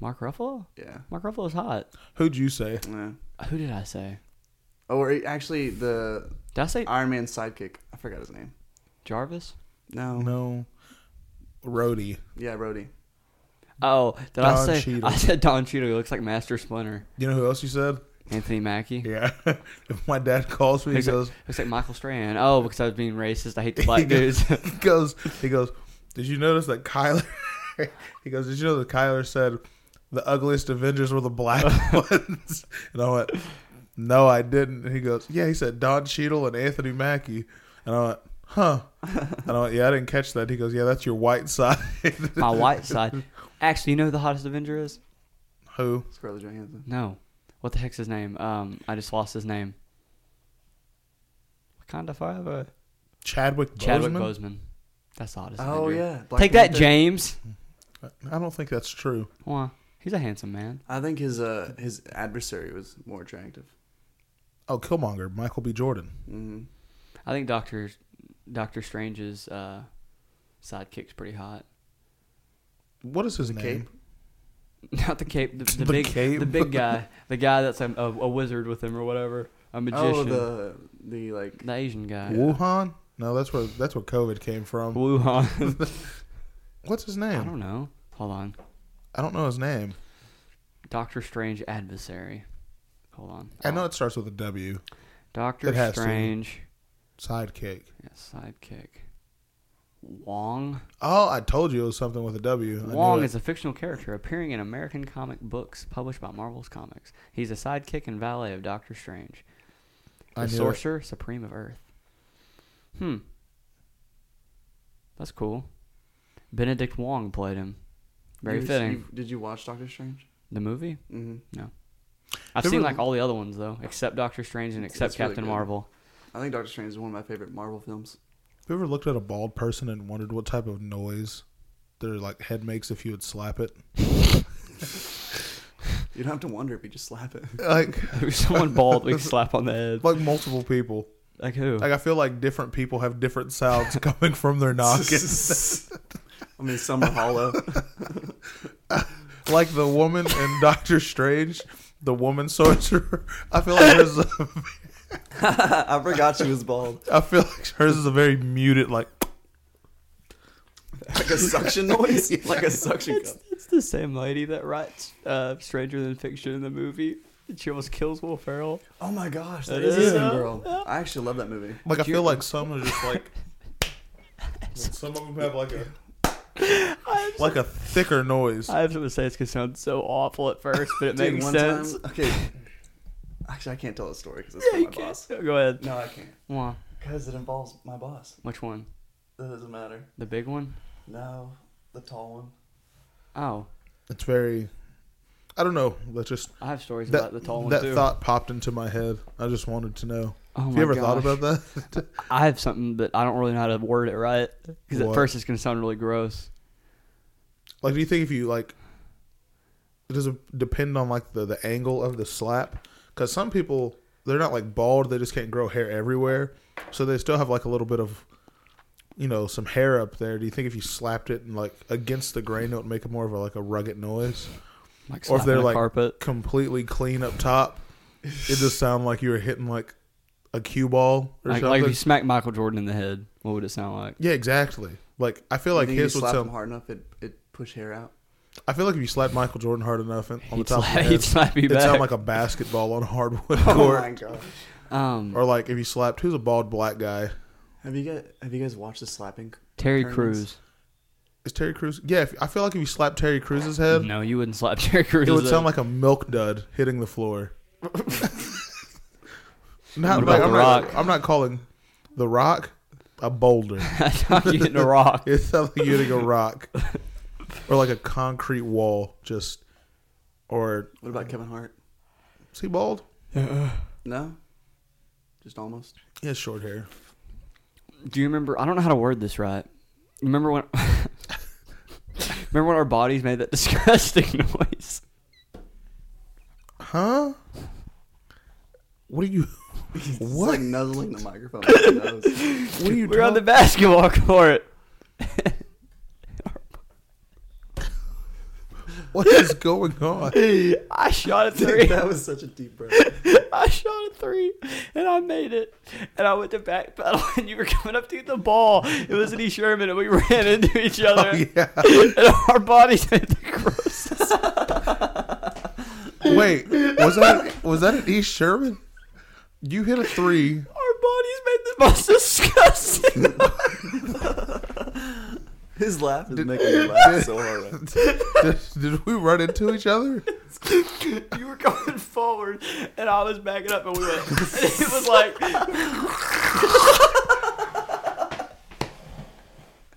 Speaker 1: Mark Ruffalo.
Speaker 3: Yeah.
Speaker 1: Mark Ruffalo's hot.
Speaker 2: Who'd you say?
Speaker 3: yeah.
Speaker 1: Who did I say?
Speaker 3: Oh, or actually the
Speaker 1: Did I say
Speaker 3: Iron Man sidekick. I forgot his name.
Speaker 1: Jarvis?
Speaker 3: No.
Speaker 2: No, Rhodey.
Speaker 3: Yeah, Rhodey.
Speaker 1: Oh, did I
Speaker 2: Don
Speaker 1: say
Speaker 2: Cheadle.
Speaker 1: I said Don Cheadle He looks like Master Splinter.
Speaker 2: You know who else you said?
Speaker 1: Anthony Mackie.
Speaker 2: Yeah. if my dad calls me, he
Speaker 1: Looks like,
Speaker 2: goes,
Speaker 1: looks like Michael Strand. Oh, because I was being racist. I hate the black
Speaker 2: he goes-
Speaker 1: dudes.
Speaker 2: he goes, he goes, did you notice that Kyler? he goes, did you know that Kyler said the ugliest Avengers were the black ones? And I went, no, I didn't. And he goes, yeah, he said Don Cheadle and Anthony Mackie. And I went, huh? And I went, yeah, I didn't catch that. He goes, yeah, that's your white side.
Speaker 1: My white side. Actually, you know who the hottest Avenger is?
Speaker 2: Who?
Speaker 3: Scarlett Johansson.
Speaker 1: No. What the heck's his name? Um, I just lost his name. Wakanda Forever.
Speaker 2: Chadwick Boseman?
Speaker 1: Chadwick Boseman. That's the hottest.
Speaker 3: Oh
Speaker 1: Avenger.
Speaker 3: yeah. Black
Speaker 1: Take that,
Speaker 3: Panther.
Speaker 1: James.
Speaker 2: I don't think that's true.
Speaker 1: Wah. He's a handsome man.
Speaker 3: I think his uh his adversary was more attractive.
Speaker 2: Oh, Killmonger, Michael B. Jordan.
Speaker 3: Mm-hmm.
Speaker 1: I think Doctor Doctor Strange's uh, sidekick's pretty hot.
Speaker 2: What is his
Speaker 3: The
Speaker 2: name?
Speaker 3: cape.
Speaker 1: Not the cape, the, the,
Speaker 2: The
Speaker 1: big,
Speaker 2: cape?
Speaker 1: the big guy, the guy that's a, a, a wizard with him or whatever, a magician,
Speaker 3: Oh,
Speaker 1: the,
Speaker 3: the the like
Speaker 1: Asian guy,
Speaker 2: Wuhan? No, that's where that's where COVID came from.
Speaker 1: Wuhan.
Speaker 2: What's his
Speaker 1: I
Speaker 2: name?
Speaker 1: don't know. Hold on,
Speaker 2: I don't know his name.
Speaker 1: Doctor Strange adversary. Hold on. Oh,
Speaker 2: I know it starts with a W.
Speaker 1: Doctor
Speaker 2: it has to.
Speaker 1: Strange.
Speaker 2: Sidekick.
Speaker 1: Yeah, sidekick. Wong.
Speaker 2: Oh, I told you it was something with a W. I
Speaker 1: Wong
Speaker 2: knew
Speaker 1: is a fictional character appearing in American comic books published by Marvel's Comics. He's a sidekick and valet of Doctor Strange,
Speaker 2: I
Speaker 1: the
Speaker 2: knew it.
Speaker 1: sorcerer supreme of Earth. Hmm. That's cool. Benedict Wong played him. Very
Speaker 3: you-
Speaker 1: fitting.
Speaker 3: you- did you watch Doctor Strange?
Speaker 1: The movie?
Speaker 3: Mm-hmm.
Speaker 1: I've
Speaker 2: There
Speaker 1: seen
Speaker 2: were-
Speaker 1: like all the other ones though, except Doctor Strange and except
Speaker 3: It's really
Speaker 1: Captain
Speaker 3: good.
Speaker 1: Marvel.
Speaker 3: I think Doctor Strange is one of my favorite Marvel films.
Speaker 2: Have you ever looked at a bald person and wondered what type of noise their like head makes if you would slap it?
Speaker 3: You don't have to wonder if you just slap it.
Speaker 2: Like
Speaker 1: If someone bald, we slap on the head.
Speaker 2: like multiple people.
Speaker 1: Like who?
Speaker 2: Like I feel like different people have different sounds coming from their noggins.
Speaker 3: I mean, some are hollow.
Speaker 2: like the woman in Doctor Strange, the woman sorcerer. I feel like hers is a-
Speaker 3: I forgot she was bald.
Speaker 2: I feel like hers is a very muted like
Speaker 3: Like a suction noise? Like a suction
Speaker 1: It's,
Speaker 3: cup.
Speaker 1: it's the same lady that writes uh, Stranger Than Fiction in the movie. She almost kills Will Ferrell.
Speaker 3: Oh my gosh, that
Speaker 1: It
Speaker 3: is the
Speaker 1: is.
Speaker 3: same girl. I actually love that movie.
Speaker 2: Like I
Speaker 1: Do you-
Speaker 2: feel like some are just like some of them have like a like a thicker noise.
Speaker 1: I have something to say. It's gonna sound so awful at first, but it
Speaker 3: Dude,
Speaker 1: makes
Speaker 3: one
Speaker 1: sense.
Speaker 2: Oh
Speaker 3: Time, okay. Actually, I can't tell the story because it's
Speaker 1: Yeah,
Speaker 3: from
Speaker 1: you
Speaker 3: my
Speaker 1: can't.
Speaker 3: boss.
Speaker 1: Go ahead.
Speaker 3: No, I can't.
Speaker 1: Why?
Speaker 3: Because it involves my boss.
Speaker 1: Which one?
Speaker 3: That doesn't matter.
Speaker 1: The big one?
Speaker 3: No, the tall one.
Speaker 1: Oh,
Speaker 2: It's very I don't know. That just
Speaker 1: I have stories
Speaker 2: that,
Speaker 1: about the tall one
Speaker 2: that
Speaker 1: too.
Speaker 2: thought popped into my head. I just wanted to know.
Speaker 1: Oh
Speaker 2: have
Speaker 1: my
Speaker 2: you ever thought
Speaker 1: gosh.
Speaker 2: about that?
Speaker 1: I have something, but I don't really know how to word it right because at
Speaker 2: What?
Speaker 1: first it's gonna sound really gross.
Speaker 2: like do you think if you like does it depend on like the, the angle of the slap? Because some people they're not like bald, they just can't grow hair everywhere. So they still have like a little bit of you know, some hair up there. Do you think if you slapped it and like against the grain it would make it more of a like a rugged noise?
Speaker 1: Like
Speaker 2: or if they're
Speaker 1: slapping a
Speaker 2: like
Speaker 1: carpet.
Speaker 2: completely clean up top, it just sound like you were hitting like a cue ball or
Speaker 1: Like, like
Speaker 2: something.
Speaker 1: if you smack Michael Jordan in the head, what would it sound like?
Speaker 2: yeah, exactly. Like I feel like
Speaker 3: you think
Speaker 2: his
Speaker 3: if you
Speaker 2: would
Speaker 3: slap him
Speaker 2: sound.
Speaker 3: hard enough, it it push hair out.
Speaker 2: I feel like if you slapped Michael Jordan hard enough in- on the
Speaker 1: He'd
Speaker 2: top,
Speaker 1: slap,
Speaker 2: of the
Speaker 1: he'd
Speaker 2: head,
Speaker 1: slap you
Speaker 2: it'd
Speaker 1: back.
Speaker 2: sound like a basketball on hardwood
Speaker 3: Oh my
Speaker 2: court.
Speaker 3: gosh.
Speaker 1: um,
Speaker 2: or like if you slapped who's a bald black guy?
Speaker 3: Have you guys have you guys watched the slapping?
Speaker 1: Terry
Speaker 3: tournaments?
Speaker 1: Crews.
Speaker 2: Is Terry Crews? Yeah, if, I feel like if you slapped Terry Crews's head,
Speaker 1: No, you wouldn't slap Terry Crews.
Speaker 2: it would sound like a milk dud hitting the floor. not,
Speaker 1: What about
Speaker 2: like, I'm,
Speaker 1: The
Speaker 2: not,
Speaker 1: Rock?
Speaker 2: I'm not calling the Rock a boulder.
Speaker 1: you hitting a rock.
Speaker 2: It sounds like you're hitting a rock or like a concrete wall, just Or
Speaker 3: What about Kevin Hart?
Speaker 2: is he bald?
Speaker 3: No, just almost.
Speaker 2: He has short hair.
Speaker 1: Do you remember? I don't know how to word this right. Remember when? remember when our bodies made that disgusting noise?
Speaker 2: Huh? What are you?
Speaker 3: What?
Speaker 2: What?
Speaker 3: Like nuzzling the microphone. with his nose.
Speaker 2: What are you?
Speaker 1: We were on the
Speaker 2: talk-
Speaker 1: basketball court.
Speaker 2: What is going on?
Speaker 1: I shot a three.
Speaker 3: that was such a deep breath.
Speaker 1: I shot a three, and I made it. And I went to back pedal, and you were coming up to get the ball. It was an E Sherman, and we ran into each other.
Speaker 2: Oh, yeah.
Speaker 1: And our bodies hit the grossest.
Speaker 2: Wait, was that was that an East Sherman? You hit a three.
Speaker 1: Our bodies made the most disgusting.
Speaker 3: His laugh is making me laugh so hard. right now.
Speaker 2: Did, did we run into each other?
Speaker 1: you were going forward, and I was backing up, and we went. And it was like.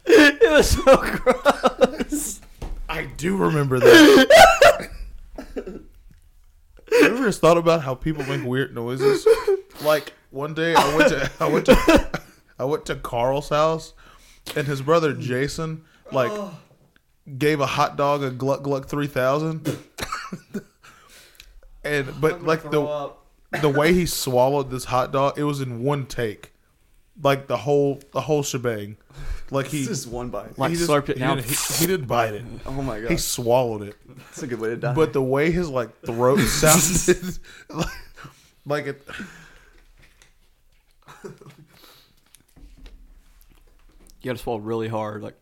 Speaker 1: it was so gross.
Speaker 2: I do remember that. you ever just thought about how people make weird noises? Like one day, I went to I went to I went to Carl's house, and his brother Jason like gave a hot dog a Gluck Gluck three thousand, and but like the the way he swallowed this hot dog, it was in one take, like the whole the whole shebang, like he.
Speaker 3: It's just one bite.
Speaker 1: Like
Speaker 2: he just-
Speaker 1: slurped it
Speaker 2: he
Speaker 1: down.
Speaker 2: Didn't, he, he didn't bite it.
Speaker 3: oh my god,
Speaker 2: He swallowed it.
Speaker 3: that's a good way to die.
Speaker 2: But the way his like throat sounded like, like it
Speaker 1: You gotta swallow really hard, like.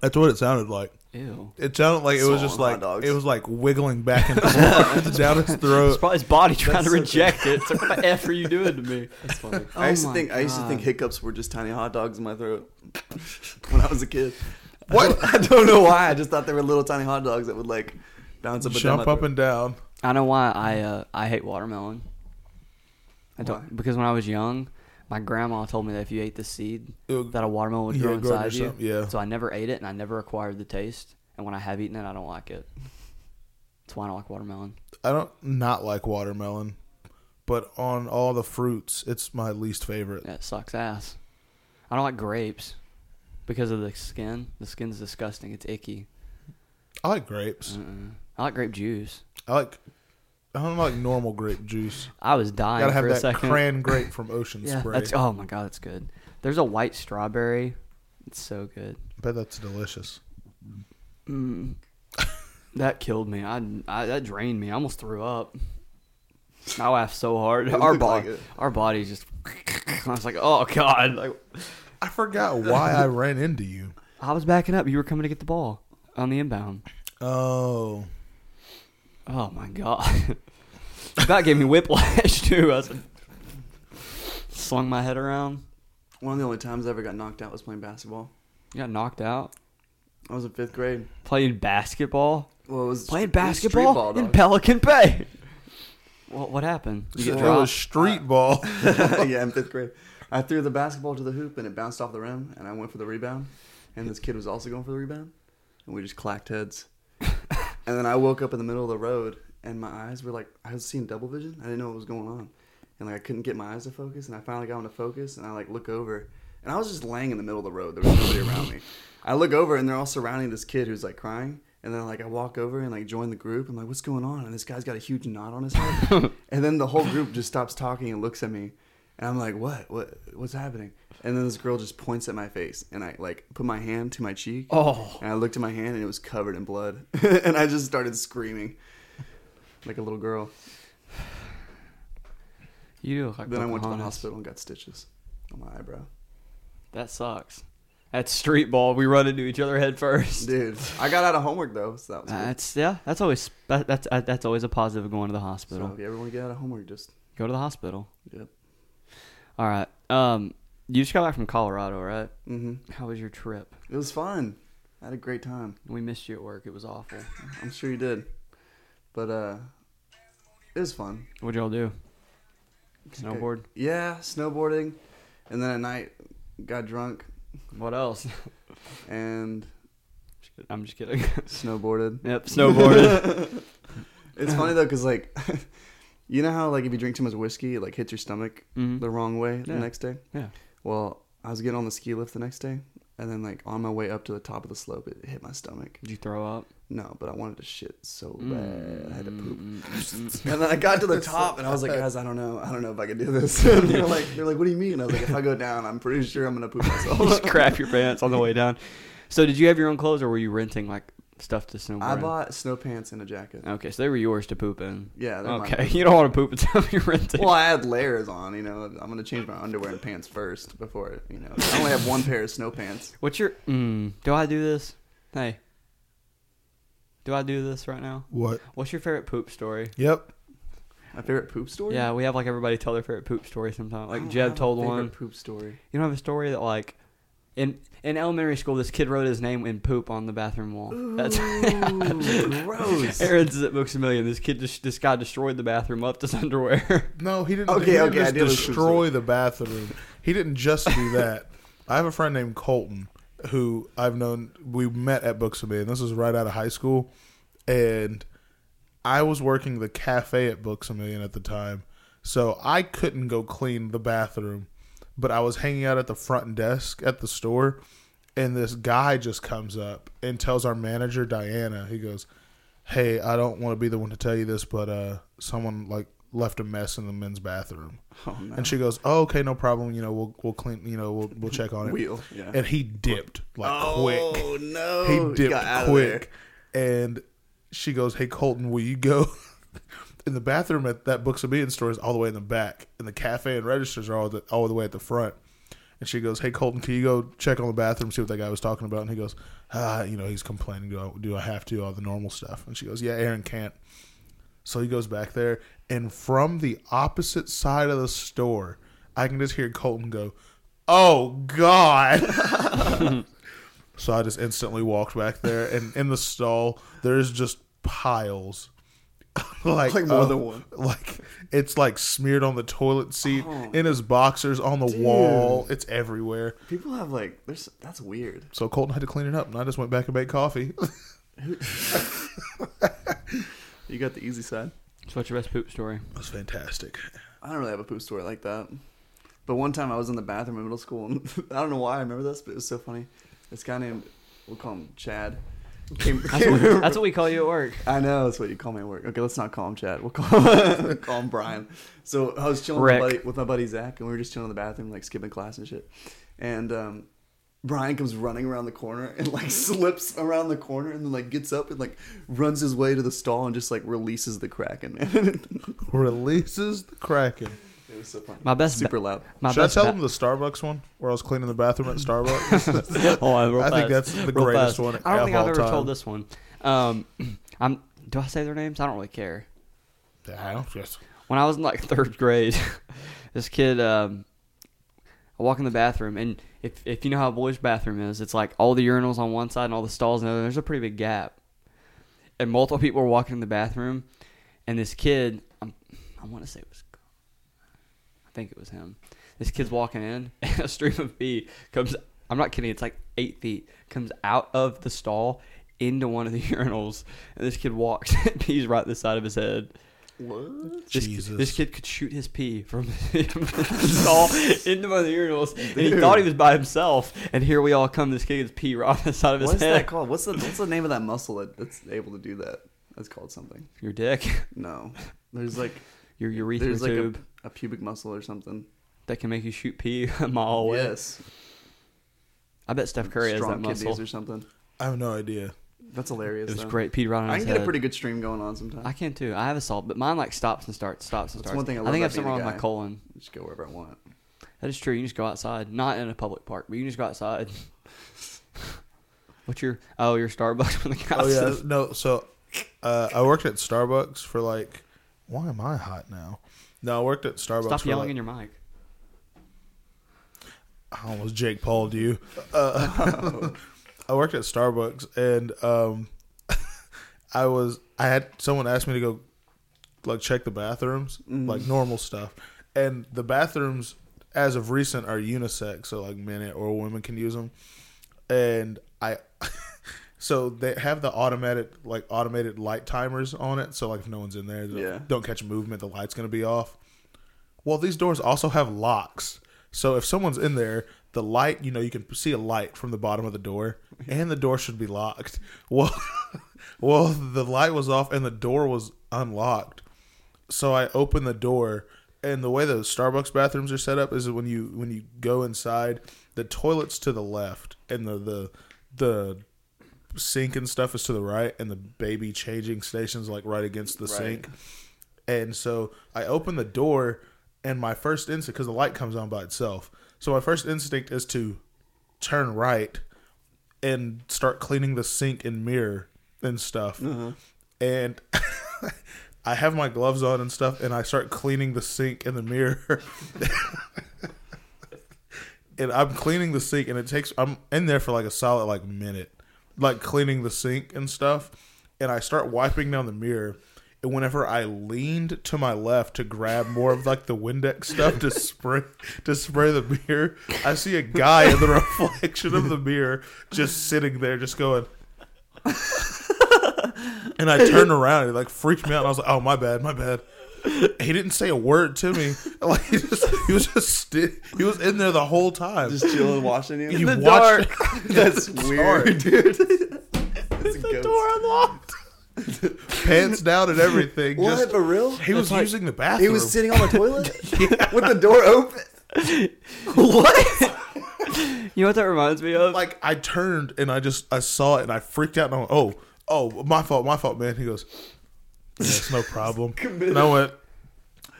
Speaker 2: that's what it sounded like.
Speaker 1: Ew.
Speaker 2: It sounded like it was just
Speaker 3: Swallowing
Speaker 2: like
Speaker 3: hot dogs.
Speaker 2: it was like wiggling back and forth down his
Speaker 1: It's
Speaker 2: throat.
Speaker 1: probably his body trying
Speaker 3: That's
Speaker 1: to
Speaker 3: so
Speaker 1: reject it. It's like, what the F are you doing to me? Oh
Speaker 3: That's funny. I used
Speaker 1: my
Speaker 3: to think I used to
Speaker 2: Oh
Speaker 3: think
Speaker 1: God.
Speaker 3: hiccups were just tiny hot dogs in my throat when I was a kid.
Speaker 2: What?
Speaker 3: I don't know why. I just thought they were little tiny hot dogs that would like bounce up and
Speaker 2: Jump up and down.
Speaker 1: I know why I uh, I hate watermelon. I don't
Speaker 3: Why?
Speaker 1: because when I was young, my grandma told me that if you ate the seed,
Speaker 2: It would-
Speaker 1: that a watermelon would
Speaker 2: yeah,
Speaker 1: grow
Speaker 2: grow in
Speaker 1: inside
Speaker 2: your
Speaker 1: you.
Speaker 2: stomach, yeah.
Speaker 1: So I never ate it, and I never acquired the taste. And when I have eaten it, I don't like it. That's why I don't like watermelon.
Speaker 2: I don't not like watermelon, but on all the fruits, it's my least favorite.
Speaker 1: That sucks ass. I don't like grapes because of the skin. The skin's disgusting. It's icky.
Speaker 2: I like grapes.
Speaker 1: Mm-mm. I like grape juice.
Speaker 2: I like I don't like normal grape juice.
Speaker 1: I was dying
Speaker 2: Gotta have
Speaker 1: for a
Speaker 2: that
Speaker 1: second.
Speaker 2: cran grape from Ocean
Speaker 1: yeah,
Speaker 2: Spray.
Speaker 1: that's oh my god, that's good. There's a white strawberry. It's so good.
Speaker 2: I bet that's delicious.
Speaker 1: Mm. That killed me. I, I that drained me. I almost threw up. I laughed so hard.
Speaker 3: It
Speaker 1: Our
Speaker 3: looked like
Speaker 1: body,
Speaker 3: it.
Speaker 1: our body just. I was like, oh god! Like,
Speaker 2: I forgot why I ran into you.
Speaker 1: I was backing up. You were coming to get the ball on the inbound.
Speaker 2: Oh.
Speaker 1: Oh my god! that gave me whiplash too. I was like, slung my head around.
Speaker 3: One of the only times I ever got knocked out was playing basketball.
Speaker 1: You got knocked out.
Speaker 3: I was in fifth grade.
Speaker 1: Playing basketball.
Speaker 3: Well, it was
Speaker 1: Playing
Speaker 3: it was street
Speaker 1: basketball
Speaker 3: ball,
Speaker 1: in
Speaker 3: dog.
Speaker 1: Pelican Bay. What what happened? You get
Speaker 2: It was
Speaker 1: dropped. Uh,
Speaker 2: street ball.
Speaker 3: yeah, in fifth grade. I threw the basketball to the hoop and it bounced off the rim, and I went for the rebound. And this kid was also going for the rebound, and we just clacked heads. and then I woke up in the middle of the road, and my eyes were like I was seeing double vision. I didn't know what was going on, and like I couldn't get my eyes to focus. And I finally got them to focus, and I like look over, and I was just laying in the middle of the road. There was nobody around me. I look over, and they're all surrounding this kid who's like crying. And then like I walk over and like join the group. I'm like, what's going on? And this guy's got a huge knot on his head. and then the whole group just stops talking and looks at me. And I'm like, what? What? What's happening? And then this girl just points at my face, and I like put my hand to my cheek.
Speaker 1: Oh.
Speaker 3: And I looked at my hand, and it was covered in blood. and I just started screaming, like a little girl.
Speaker 1: You look like
Speaker 3: Then I went to the
Speaker 1: Pocahontas.
Speaker 3: hospital and got stitches on my eyebrow.
Speaker 1: That sucks. That's street ball. We run into each other head first.
Speaker 3: Dude, I got out of homework though, so that was good.
Speaker 1: That's yeah. That's always that, that's uh, that's always a positive of going to the hospital.
Speaker 3: So if you ever want to get out of homework, just
Speaker 1: Go to the hospital.
Speaker 3: yep.
Speaker 1: All right. Um, you just got back from Colorado, right?
Speaker 3: Mm-hmm.
Speaker 1: How was your trip?
Speaker 3: It was fun. I had a great time.
Speaker 1: We missed you at work. It was awful.
Speaker 3: I'm sure you did, but uh, it was fun.
Speaker 1: What'd y'all do? Snowboard.
Speaker 3: Yeah, snowboarding, and then at night got drunk
Speaker 1: What else?
Speaker 3: and
Speaker 1: I'm just kidding.
Speaker 3: snowboarded.
Speaker 1: yep, snowboarded.
Speaker 3: It's funny though, because like, you know how like if you drink too much whiskey, it like hits your stomach
Speaker 1: Mhm.
Speaker 3: the wrong way the
Speaker 1: Yeah.
Speaker 3: next day.
Speaker 1: yeah.
Speaker 3: Well, I was getting on the ski lift the next day, and then like on my way up to the top of the slope, it hit my stomach.
Speaker 1: Did you throw up?
Speaker 3: No, but I wanted to shit so bad, I had to poop.
Speaker 1: poop.
Speaker 3: And then I got to the top, and I was like, guys, I don't know, I don't know if I can do this. And they're like, they're like, what do you mean? And I was like, if I go down, I'm pretty sure I'm gonna poop myself.
Speaker 1: just crap your pants on the way down. So did you have your own clothes or were you renting like stuff to snowboard?
Speaker 3: I
Speaker 1: in?
Speaker 3: bought snow pants and a jacket.
Speaker 1: Okay, so they were yours to poop in.
Speaker 3: Yeah, they're mine.
Speaker 1: Okay, you don't want to poop in something you're renting.
Speaker 3: Well, I had layers on, you know. I'm gonna change my underwear and pants first before, you know. I only have one pair of snow pants.
Speaker 1: What's your? Mm, do I do this? Hey, do I do this right now?
Speaker 2: What?
Speaker 1: What's your favorite poop story?
Speaker 2: Yep.
Speaker 3: My favorite poop story.
Speaker 1: Yeah, we have like everybody tell their favorite poop story sometime.
Speaker 3: I
Speaker 1: Like
Speaker 3: don't
Speaker 1: Jeb
Speaker 3: have a
Speaker 1: told
Speaker 3: favorite
Speaker 1: one.
Speaker 3: poop story.
Speaker 1: You don't have a story that like in in elementary school this kid wrote his name in poop on the bathroom wall. That's
Speaker 3: Ooh, gross.
Speaker 1: Aaron's at Books a Million. This kid just this guy destroyed the bathroom up to his underwear.
Speaker 2: No, he didn't.
Speaker 3: Okay,
Speaker 2: he didn't
Speaker 3: okay, I
Speaker 2: Just
Speaker 3: did listen to the
Speaker 2: destroy the bathroom. He didn't just do that. I have a friend named Colton who I've known. We met at Books a Million. This was right out of high school, and I was working the cafe at Books a Million at the time, so I couldn't go clean the bathroom. But I was hanging out at the front desk at the store, and this guy just comes up and tells our manager Diana. He goes, "Hey, I don't want to be the one to tell you this, but uh, someone like left a mess in the men's bathroom."
Speaker 3: Oh, no.
Speaker 2: And she goes, "Oh, okay, no problem. You know, we'll we'll clean. You know, we'll we'll check on it."
Speaker 3: Wheel, yeah.
Speaker 2: And he dipped like quick
Speaker 3: Oh no!
Speaker 2: he
Speaker 3: got
Speaker 2: dipped
Speaker 3: out of
Speaker 2: quick, and she goes, "Hey Colton, will you go?" in the bathroom at that Books of Bean store is all the way in the back, and the cafe and registers are all the all the way at the front. And she goes, "Hey Colton, can you go check on the bathroom, see what that guy was talking about?" And he goes, "Ah, you know, he's complaining. Do I, do I have to all the normal stuff?" And she goes, "Yeah, Aaron can't." So he goes back there, and from the opposite side of the store, I can just hear Colton go, "Oh God!" So I just instantly walked back there, and in the stall, there's just piles, like,
Speaker 3: Like more
Speaker 2: of-
Speaker 3: than one.
Speaker 2: Like it's like smeared on the toilet seat,
Speaker 3: Oh.
Speaker 2: in his boxers, on the wall. It's everywhere.
Speaker 3: It. People have like, there's that's weird.
Speaker 2: So Colton had to clean it up, and I just went back and made coffee.
Speaker 3: You got the easy side.
Speaker 1: So what's your best poop story?
Speaker 2: it was fantastic.
Speaker 3: I don't really have a poop story like that. But one time I was in the bathroom in middle school, and I don't know why I remember this, but it was so funny. This guy named, we'll call him Chad. Came,
Speaker 1: That's what, that's what we call you at work.
Speaker 3: I know that's what you call me at work. Okay, let's not call him Chad. We'll call him, call him Brian. So I was chilling with my,
Speaker 1: Rick.
Speaker 3: buddy, with my buddy Zach, and we were just chilling in the bathroom, like skipping class and shit. And um, Brian comes running around the corner and like slips around the corner, and then like gets up and like runs his way to the stall and just like releases the kraken. man.
Speaker 2: Releases the kraken.
Speaker 3: it was so funny.
Speaker 1: My best ba-
Speaker 3: super loud.
Speaker 1: My
Speaker 2: Should I
Speaker 1: best
Speaker 2: tell
Speaker 1: ba-
Speaker 2: him the Starbucks one where I was cleaning the bathroom at Starbucks?
Speaker 1: Hold on, Oh, real
Speaker 2: I think
Speaker 1: fast.
Speaker 2: that's the
Speaker 1: Real
Speaker 2: greatest
Speaker 1: fast.
Speaker 2: one
Speaker 1: I
Speaker 2: of
Speaker 1: don't think I've
Speaker 2: all
Speaker 1: ever
Speaker 2: time.
Speaker 1: told this one. Um, I'm. Do I say their names? I don't really care.
Speaker 2: I don't- yes.
Speaker 1: When I was in like third grade, this kid, um, I walk in the bathroom, and if if you know how a boys' bathroom is, it's like all the urinals on one side and all the stalls on the other. There's a pretty big gap, and multiple people were walking in the bathroom, and this kid, I'm, I want to say it was, I think it was him. This kid's walking in, and a stream of pee comes. I'm not kidding. It's like eight feet comes out of the stall into one of the urinals, and this kid walks and pees right the side of his head.
Speaker 3: What?
Speaker 1: This,
Speaker 2: Jesus.
Speaker 1: this kid could shoot his pee from the stall into one of the urinals, and he thought he was by himself. And here we all come. This kid's pee right on the side of his
Speaker 3: What's
Speaker 1: head.
Speaker 3: that called? What's the what's the name of that muscle that, that's able to do that? That's called something.
Speaker 1: Your dick,
Speaker 3: No, there's like
Speaker 1: your urethra
Speaker 3: there's like a,
Speaker 1: tube
Speaker 3: a pubic muscle or something.
Speaker 1: that can make you shoot pee a mile away.
Speaker 3: Yes.
Speaker 1: I bet Steph Curry has that
Speaker 3: strong kidneys
Speaker 1: muscle.
Speaker 3: or something.
Speaker 2: I have no idea.
Speaker 3: That's hilarious.
Speaker 1: It was
Speaker 3: though.
Speaker 1: great. Pee right on
Speaker 3: I
Speaker 1: his
Speaker 3: can get a
Speaker 1: head.
Speaker 3: pretty good stream going on sometimes.
Speaker 1: I
Speaker 3: I
Speaker 1: can too. I have a salt, but mine like stops and starts, stops and
Speaker 3: That's
Speaker 1: starts.
Speaker 3: one thing I love
Speaker 1: think I have
Speaker 3: about
Speaker 1: something
Speaker 3: being
Speaker 1: wrong
Speaker 3: a
Speaker 1: with my
Speaker 3: guy.
Speaker 1: colon.
Speaker 3: just go wherever I want.
Speaker 1: That is true. You can just go outside, not in a public park, but you can just go outside. What's your oh your Starbucks on the couch?
Speaker 2: Oh yeah, no. So uh, I worked at Starbucks for like. Why am I hot now? No, I worked at Starbucks.
Speaker 1: Stop
Speaker 2: for
Speaker 1: yelling in
Speaker 2: like,
Speaker 1: your mic.
Speaker 2: I almost Jake Paul do you. Uh, I worked at Starbucks and um, I was I had someone asked me to go like check the bathrooms, like normal stuff. And the bathrooms as of recent are unisex, so like men or women can use them. And I, so they have the automatic like automated light timers on it. So like if no one's in there,
Speaker 3: Yeah.
Speaker 2: don't, don't catch movement, the light's gonna be off. Well, these doors also have locks. So if someone's in there, the light, you know, you can see a light from the bottom of the door, and the door should be locked. Well, well, the light was off and the door was unlocked. So I opened the door, and the way the Starbucks bathrooms are set up is when you when you go inside, the toilet's to the left, and the the the sink and stuff is to the right, and the baby changing station's like right against the sink. And so I open the door, and my first instinct, because the light comes on by itself. So my first instinct is to turn right and start cleaning the sink and mirror and stuff. And I have my gloves on and stuff, and I start cleaning the sink and the mirror. and I'm cleaning the sink, and it takes I'm in there for like a solid like minute, like cleaning the sink and stuff. And I start wiping down the mirror, and whenever I leaned to my left to grab more of like the Windex stuff to spray to spray the mirror, I see a guy in the reflection of the mirror just sitting there, just going. And I turned around and it like freaked me out. And I was like, "Oh my bad, my bad." He didn't say a word to me. Like he, just, he was just sti- he was in there the whole time.
Speaker 3: Just chilling, watching you.
Speaker 2: you
Speaker 1: the
Speaker 2: watched
Speaker 3: That's
Speaker 2: dark.
Speaker 3: weird, dude. It's a
Speaker 1: The
Speaker 3: ghost.
Speaker 1: door unlocked.
Speaker 2: pants down and everything.
Speaker 3: What
Speaker 2: just-
Speaker 3: for real?
Speaker 2: He was using the bathroom.
Speaker 3: He was sitting on the toilet with the door open.
Speaker 1: What? you know what that reminds me of?
Speaker 2: like I turned and I just I saw it and I freaked out and I went, "Oh, oh, my fault, my fault, man." He goes, "That's no problem." and I went,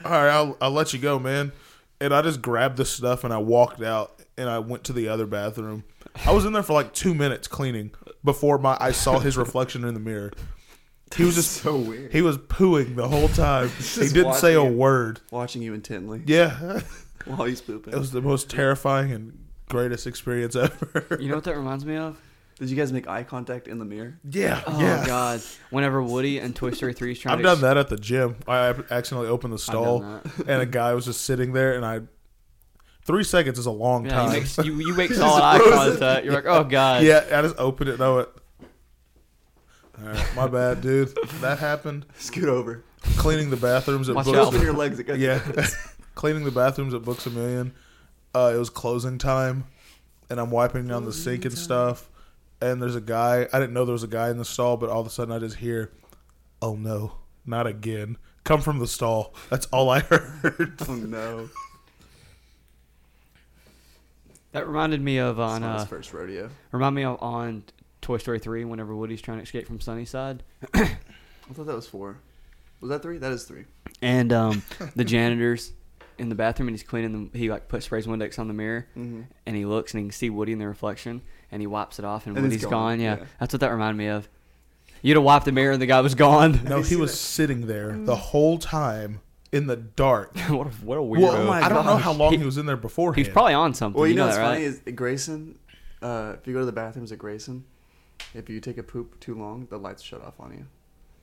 Speaker 2: "All right, I'll I'll let you go, man." And I just grabbed the stuff and I walked out and I went to the other bathroom. I was in there for like two minutes cleaning before my I saw his reflection in the mirror. He was just
Speaker 3: so weird.
Speaker 2: He was pooing the whole time. he didn't say a
Speaker 3: watching it.
Speaker 2: word.
Speaker 3: Watching you intently
Speaker 2: Yeah.
Speaker 3: while he's pooping.
Speaker 2: It was the most terrifying and greatest experience ever.
Speaker 1: You know what that reminds me of?
Speaker 3: Did you guys make eye contact in the mirror?
Speaker 2: Yeah,
Speaker 1: Oh
Speaker 2: yeah.
Speaker 1: God! Whenever Woody and Toy Story Three is trying
Speaker 2: I've
Speaker 1: to
Speaker 2: done that at the gym. I accidentally opened the stall,
Speaker 1: done
Speaker 2: and a guy was just sitting there, and I. Three seconds is a long
Speaker 1: Yeah, you
Speaker 2: time.
Speaker 1: make you, you make solid eye contact. You're like, oh God.
Speaker 2: yeah, I just opened it. and I went. All right, my bad, dude. That happened.
Speaker 3: Scoot over.
Speaker 2: Cleaning the bathrooms at
Speaker 1: Watch
Speaker 2: Books.
Speaker 1: out.
Speaker 3: Open your legs. It got
Speaker 2: Yeah, cleaning the bathrooms at Books a Million. Uh, it was closing time, and I'm wiping down the sink and stuff. And there's a guy. I didn't know there was a guy in the stall, but all of a sudden I just hear, "Oh no, not again!" Come from the stall. That's all I heard.
Speaker 3: Oh no.
Speaker 1: That reminded me of on
Speaker 3: It's not
Speaker 1: uh,
Speaker 3: his first rodeo.
Speaker 1: remind me of on Toy Story Three whenever Woody's trying to escape from Sunnyside,
Speaker 3: I thought that was four. Was that three? That is three.
Speaker 1: and um, the janitors in the bathroom and he's cleaning the he like put sprays Windex on the mirror
Speaker 3: Mm-hmm.
Speaker 1: and he looks and he can see Woody in the reflection and he wipes it off and,
Speaker 3: And it's
Speaker 1: Woody's gone.
Speaker 3: gone,
Speaker 1: Yeah.
Speaker 3: yeah.
Speaker 1: that's what that reminded me of. You'd have wiped the mirror and the guy was gone.
Speaker 2: No, he was sitting there
Speaker 3: Mm.
Speaker 2: the whole time in the dark.
Speaker 1: what a what a weirdo.
Speaker 2: Well,
Speaker 3: Oh my
Speaker 2: I don't know
Speaker 3: gosh.
Speaker 2: how long he,
Speaker 1: He-
Speaker 2: was in there
Speaker 1: he
Speaker 2: beforehand.
Speaker 1: was probably on something.
Speaker 3: Well, you, know,
Speaker 1: that,
Speaker 3: what's
Speaker 1: right?
Speaker 3: funny is at Grayson. Uh, if you go to the bathrooms at Grayson, if you take a poop too long, the lights shut off on you.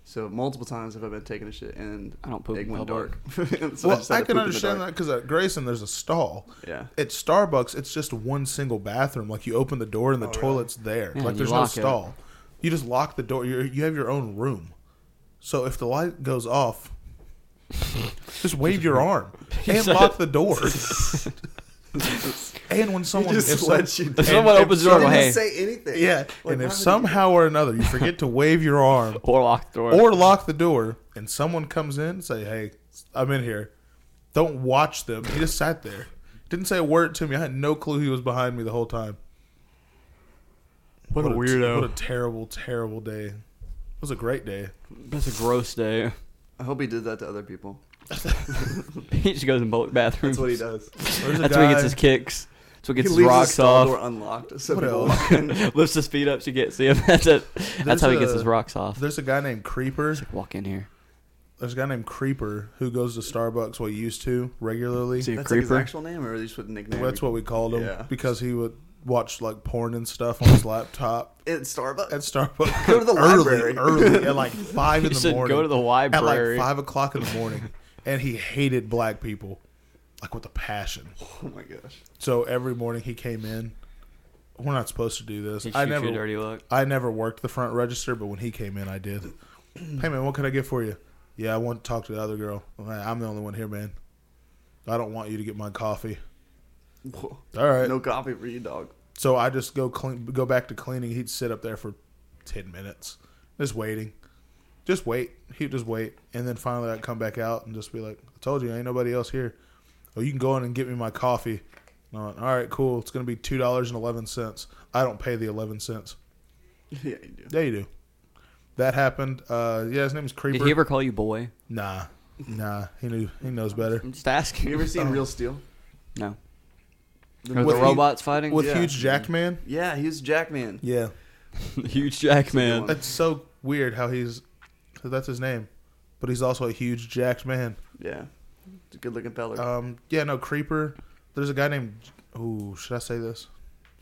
Speaker 3: So multiple times have I been taking a shit and
Speaker 1: I don't poop
Speaker 3: it
Speaker 1: in
Speaker 3: went dark.
Speaker 1: public.
Speaker 3: So
Speaker 2: Well,
Speaker 3: just had
Speaker 2: I can
Speaker 3: to poop in the
Speaker 2: understand that
Speaker 3: dark.
Speaker 2: because at Grayson there's a stall.
Speaker 3: Yeah.
Speaker 2: At Starbucks, it's just one single bathroom. Like you open the door and
Speaker 3: Oh,
Speaker 2: the toilet's there.
Speaker 1: Yeah,
Speaker 2: like
Speaker 1: you
Speaker 2: there's no
Speaker 1: lock it.
Speaker 2: stall. You just lock the door. You're, you have your own room. So if the light goes off, just wave your arm and lock the door. and when someone
Speaker 3: just
Speaker 2: if some-
Speaker 3: let you- If
Speaker 2: and
Speaker 1: someone
Speaker 2: if
Speaker 1: opens the
Speaker 3: She
Speaker 1: door, go,
Speaker 2: some-
Speaker 3: didn't
Speaker 1: hey.
Speaker 3: say anything.
Speaker 2: yeah,
Speaker 3: Like,
Speaker 2: and
Speaker 3: why would
Speaker 2: if
Speaker 3: you-
Speaker 2: somehow or another you forget to wave your arm
Speaker 1: or locked door.
Speaker 2: or lock the door and someone comes in and say hey i'm in here don't watch them he just sat there didn't say a word to me i had no clue he was behind me the whole time
Speaker 1: What a
Speaker 2: t-
Speaker 1: weirdo.
Speaker 2: what a terrible terrible day it was a great day
Speaker 1: That's a gross day.
Speaker 3: I hope he did that to other people.
Speaker 1: he just goes in public bathrooms.
Speaker 3: That's what he does.
Speaker 2: There's a
Speaker 1: That's where he gets
Speaker 2: guy-
Speaker 1: his kicks. That's what
Speaker 3: He
Speaker 1: gets his
Speaker 3: leaves
Speaker 1: rocks
Speaker 3: stall
Speaker 1: off.
Speaker 3: door unlocked. So
Speaker 2: What
Speaker 3: people
Speaker 2: else?
Speaker 3: walk in.
Speaker 1: Lifts his feet up, she gets him. That's it.
Speaker 2: There's
Speaker 1: That's how he gets
Speaker 2: a-
Speaker 1: his rocks off.
Speaker 2: there's a guy named creeper
Speaker 1: Walk in here.
Speaker 2: there's a guy named creeper who goes to starbucks well he used to regularly
Speaker 1: See,
Speaker 3: That's like his
Speaker 1: Creeper.
Speaker 3: actual name, or they just put nickname.
Speaker 2: that's what we called him
Speaker 3: Yeah.
Speaker 2: because he would watch like porn and stuff on his laptop
Speaker 3: at Starbucks.
Speaker 2: at Starbucks.
Speaker 3: Go to the
Speaker 2: early,
Speaker 3: library.
Speaker 2: early at like five in the
Speaker 1: said,
Speaker 2: morning.
Speaker 1: "Go to the library."
Speaker 2: at like five o'clock in the morning, and he hated black people. like with a passion.
Speaker 3: Oh my gosh.
Speaker 2: So every morning he came in. We're not supposed to do this.
Speaker 1: Did
Speaker 2: I
Speaker 1: you
Speaker 2: never
Speaker 1: shoot a dirty look?
Speaker 2: I never worked the front register, but when he came in, I did. hey man, what can I get for you? Yeah, I want to talk to the other girl. "Man, I'm the only one here, man. I don't want you to get my coffee.
Speaker 3: Whoa.
Speaker 2: All right.
Speaker 3: No coffee for you, dog.
Speaker 2: So I just go clean, go back to cleaning. He'd sit up there for ten minutes, just waiting, just wait. He'd just wait, and then finally I'd come back out and just be like, "I told you, ain't nobody else here. Oh, you can go in and get me my coffee." And I went, "All right, cool. It's gonna be two dollars and eleven cents. I don't pay the eleven cents.
Speaker 3: yeah, you do.
Speaker 2: Yeah, you do." That happened. Uh, yeah, his name is Creeper.
Speaker 1: Did he ever call you boy?
Speaker 2: nah, nah. He knew. He knows better.
Speaker 1: I'm just asking.
Speaker 3: You ever
Speaker 2: Oh.
Speaker 3: seen Real Steel?
Speaker 1: No.
Speaker 3: The
Speaker 1: Are the
Speaker 2: With
Speaker 3: movie?
Speaker 2: Hugh-
Speaker 1: robots fighting?
Speaker 2: With
Speaker 3: Yeah.
Speaker 2: huge Jack man.
Speaker 3: Yeah, he was Jackman.
Speaker 2: Yeah,
Speaker 1: Huge Jackman.
Speaker 2: that's so weird how he's. That's his name, but he's also a huge jacked man.
Speaker 3: Yeah. He's a good looking fella.
Speaker 2: Um, yeah, no creeper. There's a guy named. Ooh, should I say this?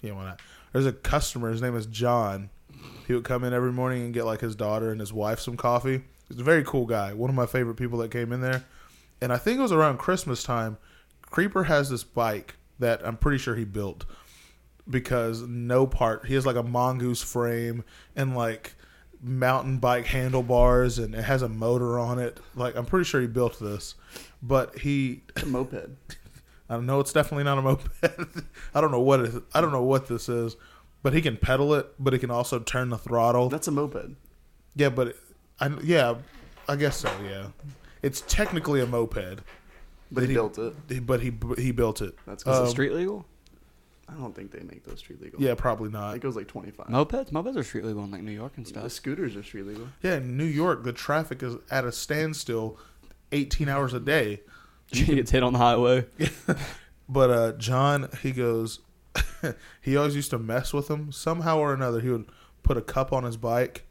Speaker 2: Yeah, why not? There's a customer. His name is John. He would come in every morning and get like his daughter and his wife some coffee. He's a very cool guy. One of my favorite people that came in there. And I think it was around Christmas time. Creeper has this bike that I'm pretty sure he built because no part. He has like a mongoose frame and like mountain bike handlebars and it has a motor on it. Like I'm pretty sure he built this. But he
Speaker 3: It's a moped.
Speaker 2: I don't know. It's definitely not a moped. I don't know what it. I don't know what this is, but he can pedal it, but he can also turn the throttle.
Speaker 3: That's a moped.
Speaker 2: yeah, but it, I yeah, I guess so. Yeah, it's technically a moped,
Speaker 3: But he,
Speaker 2: He-
Speaker 3: built it.
Speaker 2: but he he built it.
Speaker 3: That's
Speaker 1: Is
Speaker 3: cool.
Speaker 1: it
Speaker 2: um,
Speaker 1: street legal?
Speaker 3: I don't think they make those street legal.
Speaker 2: Yeah, probably
Speaker 3: I
Speaker 2: not.
Speaker 3: think it was like 25.
Speaker 1: Mopeds? Mopeds are street legal in like New York and
Speaker 3: The
Speaker 1: stuff.
Speaker 3: scooters are street legal.
Speaker 2: Yeah, in New York, the traffic is at a standstill, eighteen hours a day.
Speaker 1: She gets hit on the highway.
Speaker 2: But uh, John, he goes, he always used to mess with him somehow or another. He would put a cup on his bike,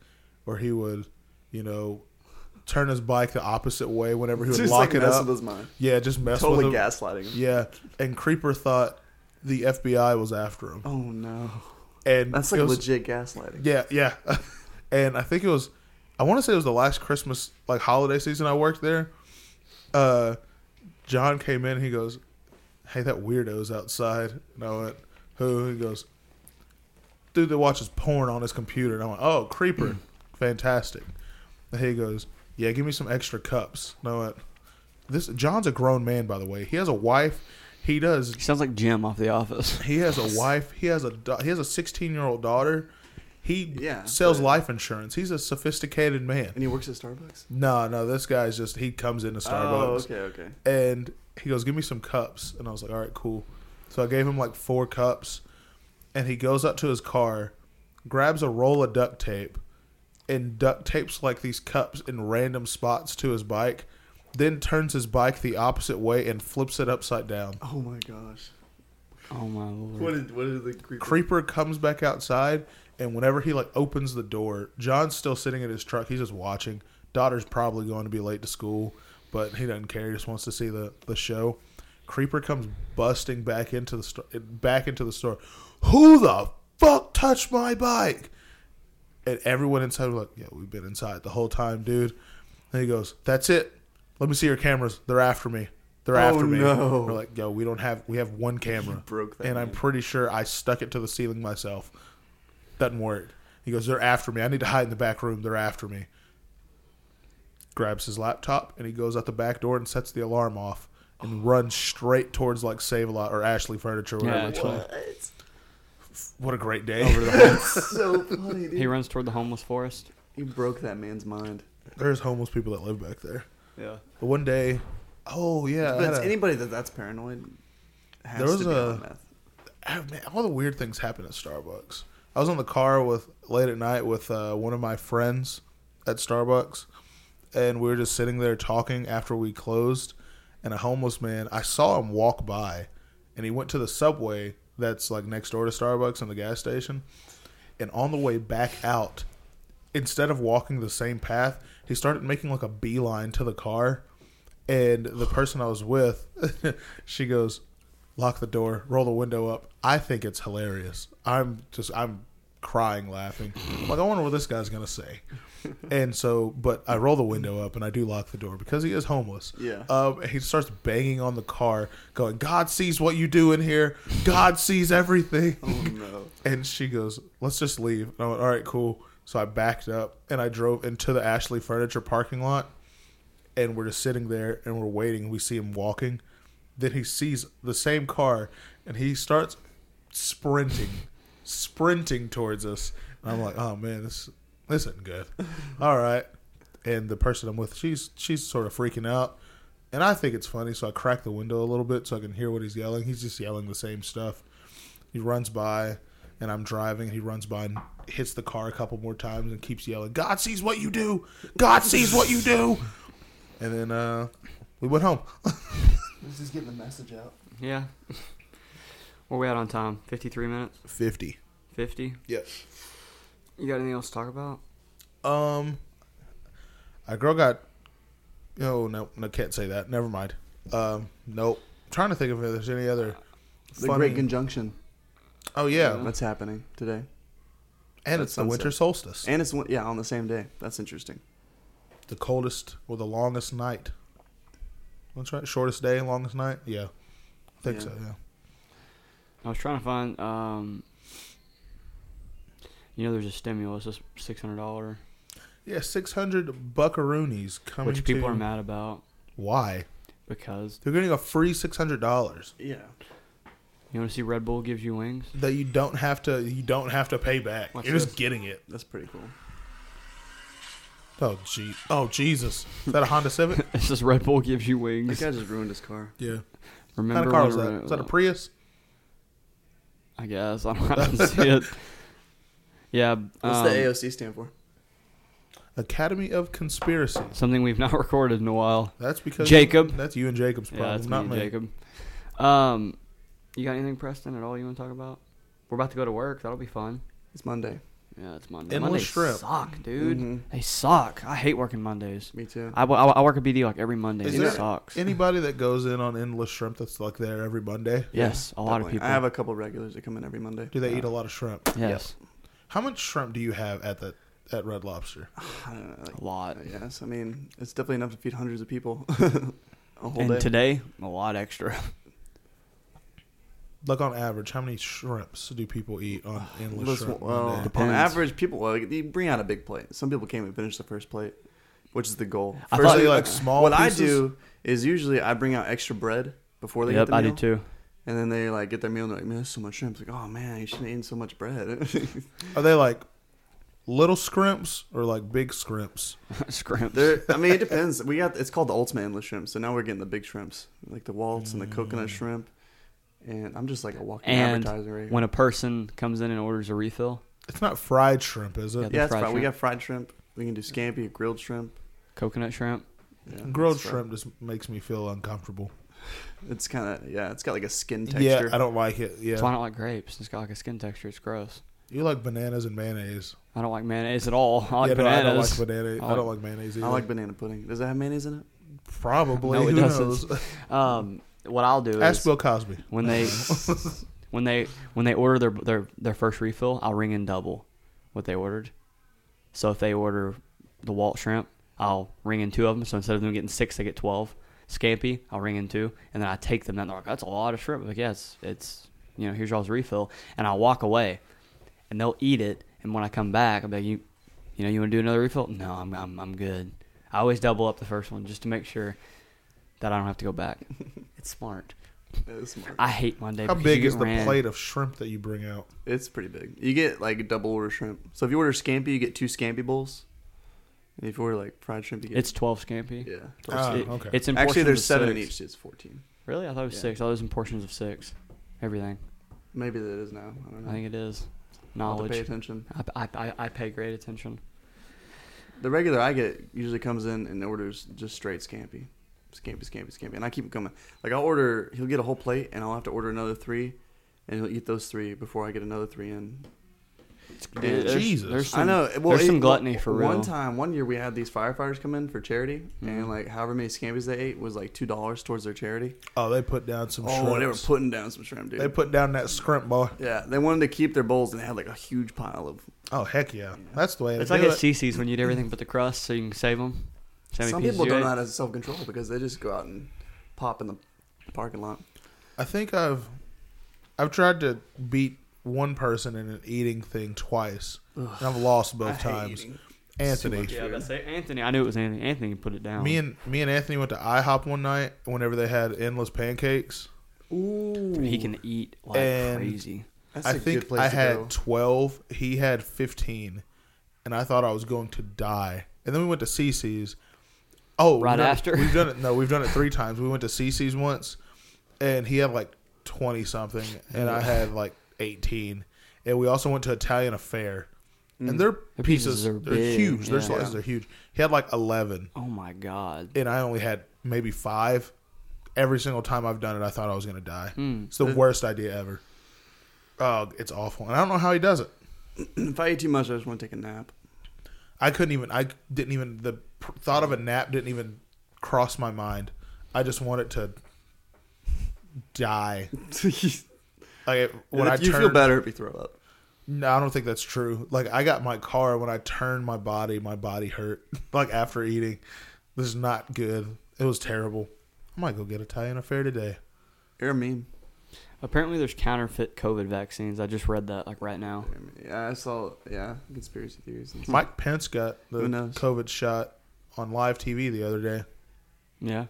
Speaker 2: or he would, you know, turn his bike the opposite way whenever he would
Speaker 3: Just
Speaker 2: lock
Speaker 3: like
Speaker 2: it
Speaker 3: mess
Speaker 2: up.
Speaker 3: with his mind.
Speaker 2: Yeah, just mess
Speaker 3: Totally
Speaker 2: with him.
Speaker 3: gaslighting him.
Speaker 2: Yeah, and Creeper thought the FBI was after him,
Speaker 3: Oh no.
Speaker 2: and
Speaker 3: That's
Speaker 2: it
Speaker 3: like
Speaker 2: was-
Speaker 3: legit gaslighting.
Speaker 2: Yeah, yeah, and I think it was, I want to say it was the last Christmas like holiday season I worked there. Uh, John came in. He goes, "Hey, that weirdo's outside." And I went, "Who?" He goes, "Dude that watches porn on his computer." And I went, "Oh, creeper, fantastic." And he goes, "Yeah, give me some extra cups." And I went, "This John's a grown man, by the way. He has a wife. He does
Speaker 1: She sounds like Jim off The Office.
Speaker 2: he has a wife. He has a da- he has a 16 year old daughter. He
Speaker 3: Yeah,
Speaker 2: sells
Speaker 3: but-
Speaker 2: life insurance. He's a sophisticated man.
Speaker 3: And he works at Starbucks.
Speaker 2: No, no, this guy's just he comes into
Speaker 3: Oh,
Speaker 2: Starbucks
Speaker 3: okay, okay.
Speaker 2: and he goes, "Give me some cups." And I was like, "All right, cool." So I gave him like four cups, and he goes up to his car, grabs a roll of duct tape, and duct tapes like these cups in random spots to his bike. Then turns his bike the opposite way and flips it upside down.
Speaker 3: Oh my gosh.
Speaker 1: Oh my lord.
Speaker 3: What did what did the creeper?
Speaker 2: Creeper comes back outside, and whenever he like opens the door, John's still sitting in his truck. He's just watching. Daughter's probably going to be late to school, but he doesn't care. He just wants to see the the show. Creeper comes busting back into the store, back into the store. Who the fuck touched my bike? And everyone inside was like, "Yeah, we've been inside the whole time, dude." And he goes, "That's it. Let me see your cameras. They're after me. They're
Speaker 3: Oh,
Speaker 2: after me."
Speaker 3: no.
Speaker 2: We're like, "Yo, we don't have. We have one camera."
Speaker 3: broke that
Speaker 2: and I'm
Speaker 3: man.
Speaker 2: pretty sure I stuck it to the ceiling myself. Doesn't work. He goes, "They're after me. I need to hide in the back room. They're after me." Grabs his laptop and he goes out the back door and sets the alarm off and runs straight towards like Save a Lot or Ashley Furniture, whatever.
Speaker 1: Yeah,
Speaker 2: it's
Speaker 1: Ashley.
Speaker 2: called.
Speaker 3: What?
Speaker 2: What a great day!
Speaker 3: That's so funny, dude.
Speaker 1: He runs toward the homeless forest.
Speaker 3: You broke that man's mind.
Speaker 2: There's homeless people that live back there.
Speaker 1: Yeah.
Speaker 2: But one day, oh yeah, I
Speaker 3: But
Speaker 2: had
Speaker 3: it's
Speaker 2: a-
Speaker 3: anybody that that's paranoid has
Speaker 2: There was
Speaker 3: to be on
Speaker 2: a-
Speaker 3: meth.
Speaker 2: Ah, man, all the weird things happen at Starbucks. I was on the car with late at night with uh, one of my friends at Starbucks, and we were just sitting there talking after we closed. And a homeless man, I saw him walk by, and he went to the subway that's like next door to Starbucks and the gas station. And on the way back out, instead of walking the same path, he started making like a beeline to the car. And the person I was with, she goes, "Lock the door, roll the window up." I think it's hilarious. I'm just, I'm crying, laughing. I'm like, I wonder what this guy's gonna say. And so, but I roll the window up and I do lock the door because he is homeless.
Speaker 3: Yeah.
Speaker 2: Um, he starts banging on the car, going, "God sees what you do in here. God sees everything."
Speaker 3: Oh no.
Speaker 2: And she goes, "Let's just leave." And I went, "All right, cool." So I backed up and I drove into the Ashley Furniture parking lot, and we're just sitting there and we're waiting. We see him walking, then he sees the same car and he starts sprinting, sprinting towards us. And I'm like, "Oh man, this this isn't good." All right, and the person I'm with, she's she's sort of freaking out. And I think it's funny, so I crack the window a little bit so I can hear what he's yelling. He's just yelling the same stuff he runs by and I'm driving and he runs by and hits the car a couple more times and keeps yelling, God sees what you do. God sees what you do. And then uh, we went home.
Speaker 3: This is getting the message out.
Speaker 1: Yeah. Where we at on time? 53 minutes?
Speaker 2: 50.
Speaker 1: 50?
Speaker 2: Yep.
Speaker 1: You got anything else to talk about?
Speaker 2: Um, a girl got. No, no, no, can't say that. Never mind. Um, nope. trying to think of if there's any other.
Speaker 3: The
Speaker 2: funny-
Speaker 3: Great Conjunction.
Speaker 2: oh, yeah.
Speaker 3: That's happening today.
Speaker 2: And
Speaker 3: that
Speaker 2: it's the
Speaker 3: sunset.
Speaker 2: winter solstice.
Speaker 3: And it's, one- yeah, on the same day. That's interesting.
Speaker 2: the coldest or the longest night. That's right. Shortest day, longest night. Yeah, I think
Speaker 3: Yeah.
Speaker 2: so. Yeah.
Speaker 1: I was trying to find. um You know, there's a stimulus, this $600,
Speaker 2: Yeah, six hundred buckaroonies coming.
Speaker 1: which people
Speaker 2: to-
Speaker 1: are mad about
Speaker 2: Why?
Speaker 1: because
Speaker 2: They're getting a free six hundred dollars
Speaker 3: Yeah.
Speaker 1: you want to see Red Bull gives you wings.
Speaker 2: that you don't have to. You don't have to pay back.
Speaker 1: Watch
Speaker 2: You're just
Speaker 1: this.
Speaker 2: getting it.
Speaker 3: That's pretty cool.
Speaker 2: Oh gee. Oh Jesus. Is that a Honda Civic?
Speaker 1: It says Red Bull gives you
Speaker 3: That
Speaker 1: wings.
Speaker 3: guy just ruined his car.
Speaker 2: yeah. What kind
Speaker 1: Remember
Speaker 2: of car
Speaker 1: when
Speaker 2: was
Speaker 1: we
Speaker 2: that?
Speaker 1: were-
Speaker 2: Is that a Prius?
Speaker 1: I guess I don't, I didn't see it. Yeah,
Speaker 3: What's
Speaker 1: um,
Speaker 3: the AOC stand for?
Speaker 2: Academy of Conspiracies.
Speaker 1: something we've not recorded in a while.
Speaker 2: That's because
Speaker 1: Jacob.
Speaker 2: That's you and Jacob's problem,
Speaker 1: yeah, that's
Speaker 2: not
Speaker 1: me, and
Speaker 2: me.
Speaker 1: Jacob. Um, you got anything, Preston, at all you want to talk about? We're about to go to work. That'll be fun.
Speaker 3: It's Monday.
Speaker 1: Yeah, it's Monday.
Speaker 2: Endless
Speaker 1: Mondays
Speaker 2: strip. Mm-hmm.
Speaker 1: suck, dude.
Speaker 3: Mhm.
Speaker 1: They suck. I hate working Mondays.
Speaker 3: Me too.
Speaker 1: I, I, I work at BD like every Monday.
Speaker 2: Is
Speaker 1: and
Speaker 2: there
Speaker 1: it sucks.
Speaker 2: anybody that goes in on endless shrimp that's like there every Monday?
Speaker 1: yes, a lot of
Speaker 3: Definitely.
Speaker 1: people.
Speaker 3: I have a couple regulars that come in every Monday.
Speaker 2: Do they eat a lot of shrimp?
Speaker 1: yes,
Speaker 2: How much shrimp do you have at the at Red Lobster?
Speaker 3: I don't know. Like,
Speaker 1: a lot.
Speaker 3: yes, I mean, it's definitely enough to feed hundreds of people a whole
Speaker 1: and
Speaker 3: day.
Speaker 1: today, a lot extra.
Speaker 2: Like on average, how many shrimps do people eat on endless
Speaker 3: Listen,
Speaker 2: shrimp?
Speaker 3: well,
Speaker 2: Monday?
Speaker 1: depends.
Speaker 3: on average, people well, you bring out a big plate. Some people can't even finish the first plate, which is the goal.
Speaker 1: I
Speaker 3: First
Speaker 1: thought-
Speaker 3: thing-
Speaker 2: Like small
Speaker 3: What
Speaker 2: pieces?
Speaker 3: I do is usually I bring out extra bread before they get
Speaker 1: yep,
Speaker 3: the
Speaker 1: I
Speaker 3: meal.
Speaker 1: do too.
Speaker 3: And then they like get their meal and they're like, man, that's so much shrimp. It's like, oh man, you shouldn't have eaten so much bread.
Speaker 2: Are they like little scrimps or like big scrimps?
Speaker 1: Scrimps.
Speaker 3: They're, I mean, it depends. We got it's called the ultimate endless shrimp. So now we're getting the big shrimps, like the waltz and the coconut shrimp. And I'm just like a walking
Speaker 1: Mm. and
Speaker 3: advertiser right here.
Speaker 1: when a person comes in and orders a refill,
Speaker 2: It's not fried shrimp, is it?
Speaker 1: Yeah,
Speaker 3: yeah, that's
Speaker 1: fried
Speaker 3: right. We
Speaker 1: shrimp.
Speaker 3: got fried shrimp. We can do scampi, grilled shrimp.
Speaker 1: coconut shrimp.
Speaker 3: Yeah,
Speaker 2: Grilled
Speaker 3: that's right.
Speaker 2: shrimp just makes me feel uncomfortable.
Speaker 3: It's kind of yeah. It's got like a skin texture.
Speaker 2: Yeah, I don't like it.
Speaker 1: That's why I
Speaker 2: Yeah,
Speaker 1: don't like grapes. It's got like a skin texture. It's gross.
Speaker 2: you like bananas and mayonnaise.
Speaker 1: I don't like mayonnaise at all. I like
Speaker 2: yeah, no, I don't like
Speaker 1: bananas. Oh,
Speaker 2: banana.
Speaker 1: I
Speaker 2: I,
Speaker 1: like-
Speaker 2: don't like mayonnaise either.
Speaker 3: I like banana pudding. Does that have mayonnaise in it?
Speaker 2: probably.
Speaker 1: No, it
Speaker 2: Who
Speaker 1: doesn't.
Speaker 2: knows?
Speaker 1: um, what I'll do
Speaker 2: Ask
Speaker 1: is
Speaker 2: Bill Cosby.
Speaker 1: when they when they when they order their their their first refill, I'll ring in double what they ordered. So if they order the Walt shrimp, I'll ring in two of them. So instead of them getting six, they get twelve. Scampi, I'll ring in two, and then I take them. And they're like, "That's a lot of shrimp." I'm like, yes, it's you know, here's y'all's refill, and I walk away, and they'll eat it. And when I come back, I'm like, "You, you know, you want to do another refill?" No, I'm I'm I'm good. I always double up the first one just to make sure that I don't have to go back. it's smart.
Speaker 3: It's, smart.
Speaker 1: I hate Monday.
Speaker 2: How
Speaker 1: because
Speaker 2: big
Speaker 1: you
Speaker 2: is
Speaker 1: get
Speaker 2: the
Speaker 1: ran-
Speaker 2: plate of shrimp that you bring out?
Speaker 3: it's pretty big. You get like double order shrimp. So if you order scampi, you get two scampi bowls. And if you order like fried shrimp, you get
Speaker 1: It's twelve scampi.
Speaker 3: yeah.
Speaker 2: Ah,
Speaker 1: It-
Speaker 2: okay.
Speaker 1: It's in
Speaker 3: Actually,
Speaker 1: portions
Speaker 3: there's
Speaker 1: of
Speaker 3: seven in
Speaker 1: six.
Speaker 3: each. So it's fourteen.
Speaker 1: Really, I thought it was
Speaker 3: Yeah.
Speaker 1: six. I thought it was in portions of six. Everything.
Speaker 3: Maybe that is now. I don't know.
Speaker 1: I think it is.
Speaker 3: I'll have to
Speaker 1: Knowledge.
Speaker 3: pay attention.
Speaker 1: I, I, I, I pay great attention.
Speaker 3: The regular I get usually comes in and orders just straight scampi, scampi, scampi, scampi, and I keep it coming. Like I'll order, he'll get a whole plate, and I'll have to order another three, and he'll eat those three before I get another three in.
Speaker 1: It's Dude,
Speaker 3: Dude,
Speaker 1: there's-
Speaker 2: Jesus.
Speaker 1: there's
Speaker 3: I
Speaker 1: some-
Speaker 3: know. Well,
Speaker 1: there's
Speaker 3: it-
Speaker 1: some gluttony for real. Mm-hmm.
Speaker 3: One time, one year, we had these firefighters come in for charity, and like however many scampies they ate was like two dollars towards their charity.
Speaker 2: Oh, they put down some.
Speaker 3: Oh,
Speaker 2: shrimps.
Speaker 3: they were putting down some shrimp, dude.
Speaker 2: They put down that scrimp boy.
Speaker 3: yeah, they wanted to keep their bowls, and they had like a huge pile of.
Speaker 2: Oh heck yeah, that's the way. to
Speaker 1: It's like
Speaker 2: do
Speaker 1: at
Speaker 2: it.
Speaker 1: CC's when you eat everything but the crust, so you can save them.
Speaker 3: Some people don't know how to self control because they just go out and pop in the parking lot.
Speaker 2: I think I've I've tried to beat one person in an eating thing twice, and I've lost both
Speaker 3: I hate
Speaker 2: times.
Speaker 3: eating.
Speaker 2: Anthony,
Speaker 1: Yeah, but say Anthony. I knew it was Anthony. Anthony put it
Speaker 3: Um,
Speaker 1: down.
Speaker 2: me and me and Anthony went to IHOP one night whenever they had endless pancakes.
Speaker 3: Ooh,
Speaker 1: he can eat like
Speaker 2: And-
Speaker 1: crazy.
Speaker 3: That's
Speaker 2: I
Speaker 3: a good
Speaker 2: think
Speaker 3: place
Speaker 2: I
Speaker 3: to
Speaker 2: had
Speaker 3: go.
Speaker 2: twelve. He had fifteen, and I thought I was going to die. And then we went to CC's. Oh,
Speaker 1: Right
Speaker 2: we've done it-
Speaker 1: after?
Speaker 2: we've done it. No, we've done it three times. We went to CC's once, and he had like twenty something, and I had like eighteen. And we also went to Italian Affair, and
Speaker 3: Mm.
Speaker 2: their,
Speaker 1: Their
Speaker 2: pieces,
Speaker 1: pieces are
Speaker 2: they're
Speaker 1: big,
Speaker 2: huge. Their
Speaker 1: yeah.
Speaker 2: slices are huge. He had like eleven,
Speaker 1: Oh my god.
Speaker 2: and I only had maybe five. Every single time I've done it, I thought I was going to die.
Speaker 3: Hmm.
Speaker 1: Mm.
Speaker 2: It's the worst idea ever. Oh, it's awful, and I don't know how he does it.
Speaker 3: If I eat too much, I just want to take a nap.
Speaker 2: I couldn't even. I didn't even. The pr- thought of a nap didn't even cross my mind. I just wanted to die. Like it- when I
Speaker 3: you
Speaker 2: turned,
Speaker 3: feel better if you throw up.
Speaker 2: No, I don't think that's true. Like I got in my car when I turned my body. My body hurt. Like after eating, this is not good. It was terrible. I might go get Italian affair today.
Speaker 3: You're a meme.
Speaker 1: Apparently, there's counterfeit COVID vaccines. I just read that like right now.
Speaker 3: Yeah, I saw. Yeah, conspiracy theories. And stuff.
Speaker 2: Mike Pence got the
Speaker 3: Who knows?
Speaker 2: COVID shot on live TV the other day.
Speaker 1: Yeah.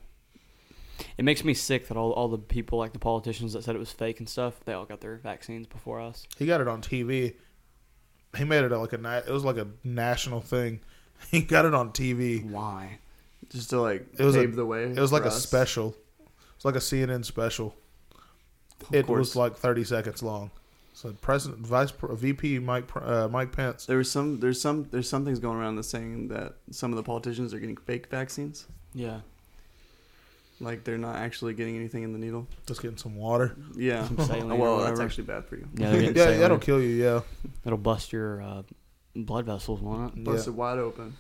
Speaker 1: It makes me sick that all, all the people like the politicians that said it was fake and stuff, they all got their vaccines before us.
Speaker 2: He got it on TV. He made it like a na- it was like a national thing. He got it on TV.
Speaker 1: Why?
Speaker 3: just to like
Speaker 2: It was
Speaker 3: pave
Speaker 2: a,
Speaker 3: the way.
Speaker 2: It was like
Speaker 3: for
Speaker 2: a
Speaker 3: us.
Speaker 2: special. It's like a CNN special.
Speaker 3: Of
Speaker 2: it
Speaker 3: course.
Speaker 2: was like thirty seconds long. So President, Vice Pre- VP Mike Pre- uh, Mike Pence.
Speaker 3: there was some there's some there's some things going around that's saying that some of the politicians are getting fake vaccines,
Speaker 1: Yeah.
Speaker 3: like they're not actually getting anything in the needle.
Speaker 2: Just getting some water.
Speaker 3: Yeah,
Speaker 1: Some saline or
Speaker 3: well, that's
Speaker 1: whatever.
Speaker 3: actually bad for you.
Speaker 1: Yeah, they're
Speaker 2: Yeah,
Speaker 1: getting saline.
Speaker 2: that'll kill you. Yeah.
Speaker 1: It'll bust your uh, blood vessels, won't it?
Speaker 3: Busted
Speaker 2: yeah.
Speaker 3: wide open.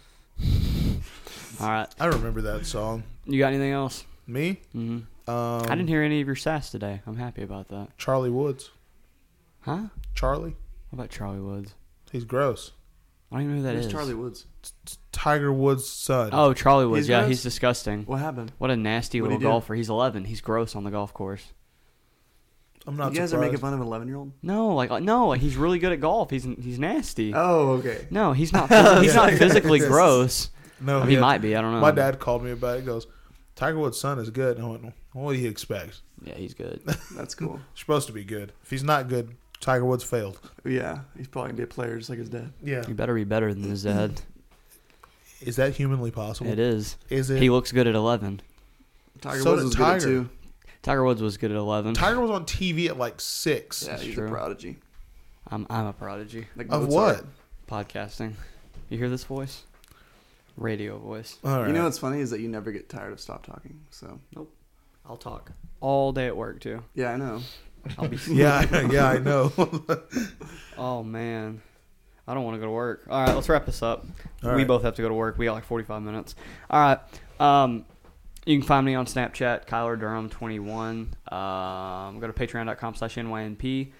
Speaker 1: All right.
Speaker 2: I remember that song.
Speaker 1: You got anything else?
Speaker 2: Me.
Speaker 1: hmm
Speaker 2: Um,
Speaker 1: I didn't hear any of your sass today. I'm happy about that.
Speaker 2: Charlie Woods.
Speaker 1: Huh? What
Speaker 2: Charlie.
Speaker 1: about Charlie Woods?
Speaker 2: He's gross.
Speaker 1: I don't even know who that
Speaker 3: Who's
Speaker 1: is.
Speaker 3: Charlie Woods?
Speaker 2: It's Tiger Woods' son.
Speaker 1: Oh, Charlie Woods.
Speaker 3: He's
Speaker 1: yeah,
Speaker 3: gross?
Speaker 1: he's disgusting.
Speaker 3: What happened?
Speaker 1: What a nasty
Speaker 3: What'd he
Speaker 1: little
Speaker 3: do?
Speaker 1: golfer. He's 11. He's gross on the golf course.
Speaker 2: I'm not.
Speaker 3: you guys are
Speaker 2: surprised.
Speaker 3: making fun of an 11 year old.
Speaker 1: No, like like- no, like he's really good at golf. He's he's nasty.
Speaker 3: Oh, okay.
Speaker 1: No, he's not. phys- He's not physically gross.
Speaker 2: No,
Speaker 1: he
Speaker 2: Oh, yeah.
Speaker 1: might be. I don't know.
Speaker 3: Um,
Speaker 2: My dad called me about it. He goes, Tiger Woods' son is good. And I went, what do you expect?
Speaker 1: Yeah, he's good.
Speaker 3: That's cool.
Speaker 2: supposed to be good. If he's not good, Tiger Woods failed.
Speaker 3: Yeah, he's probably gonna be a player just like his dad.
Speaker 2: Yeah.
Speaker 1: He better be better than his dad.
Speaker 2: Is that humanly possible?
Speaker 1: It is.
Speaker 2: Is it?
Speaker 1: He looks good at 11.
Speaker 3: Tiger
Speaker 2: So
Speaker 3: Woods
Speaker 2: did
Speaker 3: was good at
Speaker 2: Tiger.
Speaker 3: two.
Speaker 1: Tiger Woods was good at 11.
Speaker 2: Tiger was on TV at like six.
Speaker 3: Yeah,
Speaker 1: That's
Speaker 3: he's a
Speaker 1: true.
Speaker 3: prodigy.
Speaker 1: I'm I'm a prodigy.
Speaker 3: Like
Speaker 2: Of
Speaker 3: Mozart.
Speaker 2: what?
Speaker 1: Podcasting. You hear this voice? Radio voice.
Speaker 2: All right.
Speaker 3: You know what's funny is that you never get tired of stop talking. So
Speaker 1: I'll talk all day at work too.
Speaker 3: yeah, I know.
Speaker 1: I'll be
Speaker 2: yeah, I- yeah, I know.
Speaker 1: Oh man, I don't want to go to work. All right, let's wrap this up.
Speaker 2: All
Speaker 1: we
Speaker 2: right.
Speaker 1: both have to go to work. We got like forty-five minutes. All right. Um, you can find me on Snapchat, Kyler Durham twenty one. Um, go to patreon.com slash NYNP.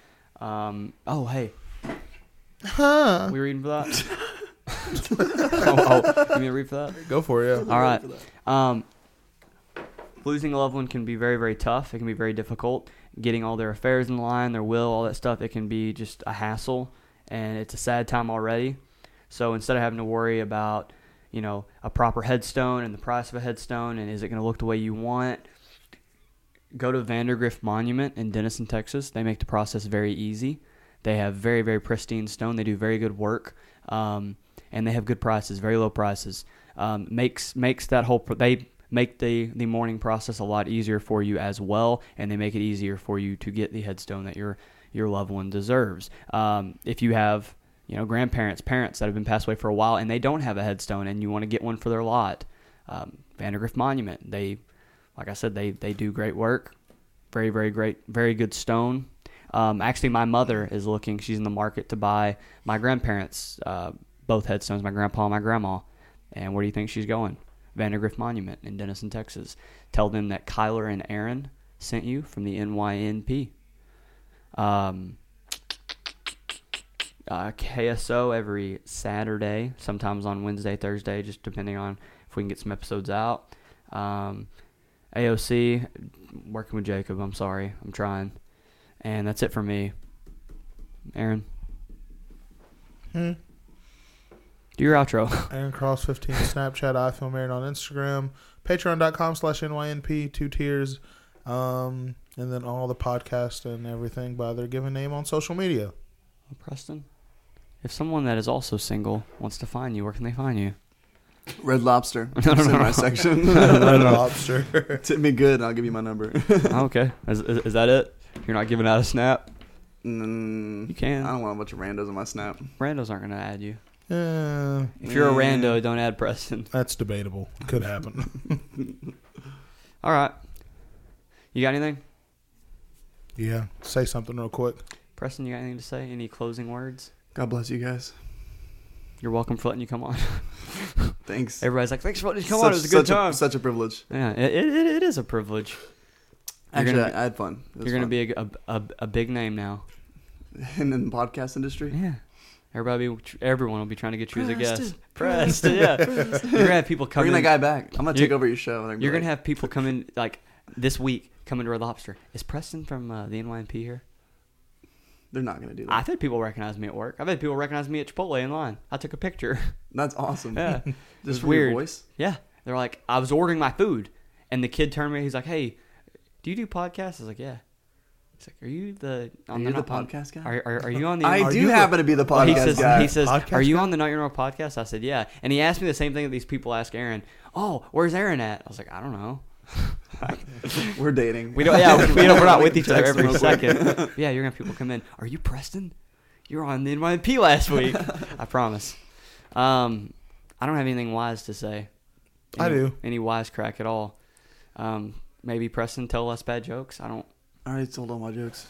Speaker 1: Um, oh hey,
Speaker 2: huh.
Speaker 1: we reading for that? oh, oh, you mean to read for that?
Speaker 2: Go for it. Yeah.
Speaker 1: All right. Um, losing a loved one can be very, very tough. It can be very difficult. Getting all their affairs in line, their will, all that stuff, it can be just a hassle, and it's a sad time already. So instead of having to worry about, you know, a proper headstone and the price of a headstone and is it going to look the way you want, go to Vandergrift Monument in Denison, Texas. They make the process very easy. They have very, very pristine stone. They do very good work, um, and they have good prices, very low prices. Um, makes makes that whole pro- they make the the mourning process a lot easier for you as well, and they make it easier for you to get the headstone that your your loved one deserves. Um, if you have you know grandparents, parents that have been passed away for a while, and they don't have a headstone, and you want to get one for their lot, um, Vandergrift Monument. They like I said, they they do great work. Very, very great, very good stone. Um, actually, my mother is looking. She's in the market to buy my grandparents' uh, both headstones, my grandpa and my grandma. And where do you think she's going? Vandergrift Monument in Denison, Texas. Tell them that Kyler and Aaron sent you from the NYNP. Um, uh, KSO every Saturday, sometimes on Wednesday, Thursday, just depending on if we can get some episodes out. Um, AOC, working with Jacob. I'm sorry, I'm trying, and that's it for me. Aaron,
Speaker 2: Hmm.
Speaker 1: do your outro.
Speaker 2: Aaron Cross 15, Snapchat, iFilm Aaron on Instagram, patreon.com slash NYNP, two tiers, um, and then all the podcast and everything by their given name on social media.
Speaker 1: Preston, if someone that is also single wants to find you, where can they find you?
Speaker 3: Red Lobster. It's in my section.
Speaker 2: Lobster.
Speaker 3: Tip me good, and I'll give you my number.
Speaker 1: Oh, okay, is, is, is that it? You're not giving out a snap.
Speaker 3: Mm,
Speaker 1: You can.
Speaker 3: I don't want a bunch of randos on my snap.
Speaker 1: Randos aren't gonna add you.
Speaker 2: yeah,
Speaker 1: If you're a
Speaker 3: Yeah.
Speaker 1: rando, don't add Preston.
Speaker 2: that's debatable. Could happen.
Speaker 1: All right, you got anything?
Speaker 2: yeah, say something real quick.
Speaker 1: Preston, you got anything to say? Any closing words?
Speaker 3: God bless you guys.
Speaker 1: You're welcome for letting you come on.
Speaker 3: Thanks.
Speaker 1: Everybody's like, thanks for letting you come
Speaker 3: Such-
Speaker 1: on. It was a good
Speaker 3: such
Speaker 1: time.
Speaker 3: such a privilege.
Speaker 1: yeah, it, it, it- it is a privilege. You're
Speaker 3: Actually,
Speaker 1: gonna be-
Speaker 3: I I had fun. It was
Speaker 1: You're going to
Speaker 3: fun.
Speaker 1: be a, a, a, a big name now.
Speaker 3: in, in the podcast industry.
Speaker 1: Yeah. Everybody, be- everyone will be trying to get you as a guest. Pressed,
Speaker 3: Preston.
Speaker 1: yeah. You're going to have people
Speaker 3: Bring
Speaker 1: come
Speaker 3: that
Speaker 1: in.
Speaker 3: guy back. I'm gonna
Speaker 1: You're-
Speaker 3: take over your show. and I'm
Speaker 1: You're going to
Speaker 3: be
Speaker 1: have people come in, like, this week, come into Red Lobster. Is Preston from uh, the NYMP here?
Speaker 3: like, They're not gonna do that.
Speaker 1: I've had people recognize me at work. I've had people recognize me at Chipotle in line. I took a picture.
Speaker 3: That's awesome.
Speaker 1: Yeah. It was
Speaker 3: Just for
Speaker 1: weird.
Speaker 3: your voice.
Speaker 1: Yeah. They're like, I was ordering my food. And the kid turned to me, he's like, Hey, do you do podcasts? I was like, Yeah. He's like, Are you the on
Speaker 3: you
Speaker 1: the,
Speaker 3: the
Speaker 1: not- on-
Speaker 3: podcast guy?
Speaker 1: Are, are, are you on the
Speaker 3: I
Speaker 2: Are
Speaker 3: do
Speaker 2: you a-
Speaker 3: happen to be the
Speaker 1: Well,
Speaker 3: podcast
Speaker 1: he says,
Speaker 3: guy.
Speaker 1: he says,
Speaker 2: Podcast
Speaker 1: "Are you on the Not Your Normal podcast?" I said, "Yeah." And he asked me the same thing that these people ask Aaron. Oh, where's Aaron at? I was like, "I don't know.
Speaker 3: we're dating.
Speaker 1: We don't. Yeah, we, we don't, we're not with each other
Speaker 3: Text
Speaker 1: every
Speaker 3: real quick.
Speaker 1: second. Yeah, you're gonna have people come in. Are you Preston? You're on the NYP last week. I promise. Um, I don't have anything wise to say.
Speaker 2: I
Speaker 1: Any-
Speaker 2: do.
Speaker 1: Any wise crack at all? Um, maybe Preston tell us bad jokes. I don't.
Speaker 3: I already told all my jokes.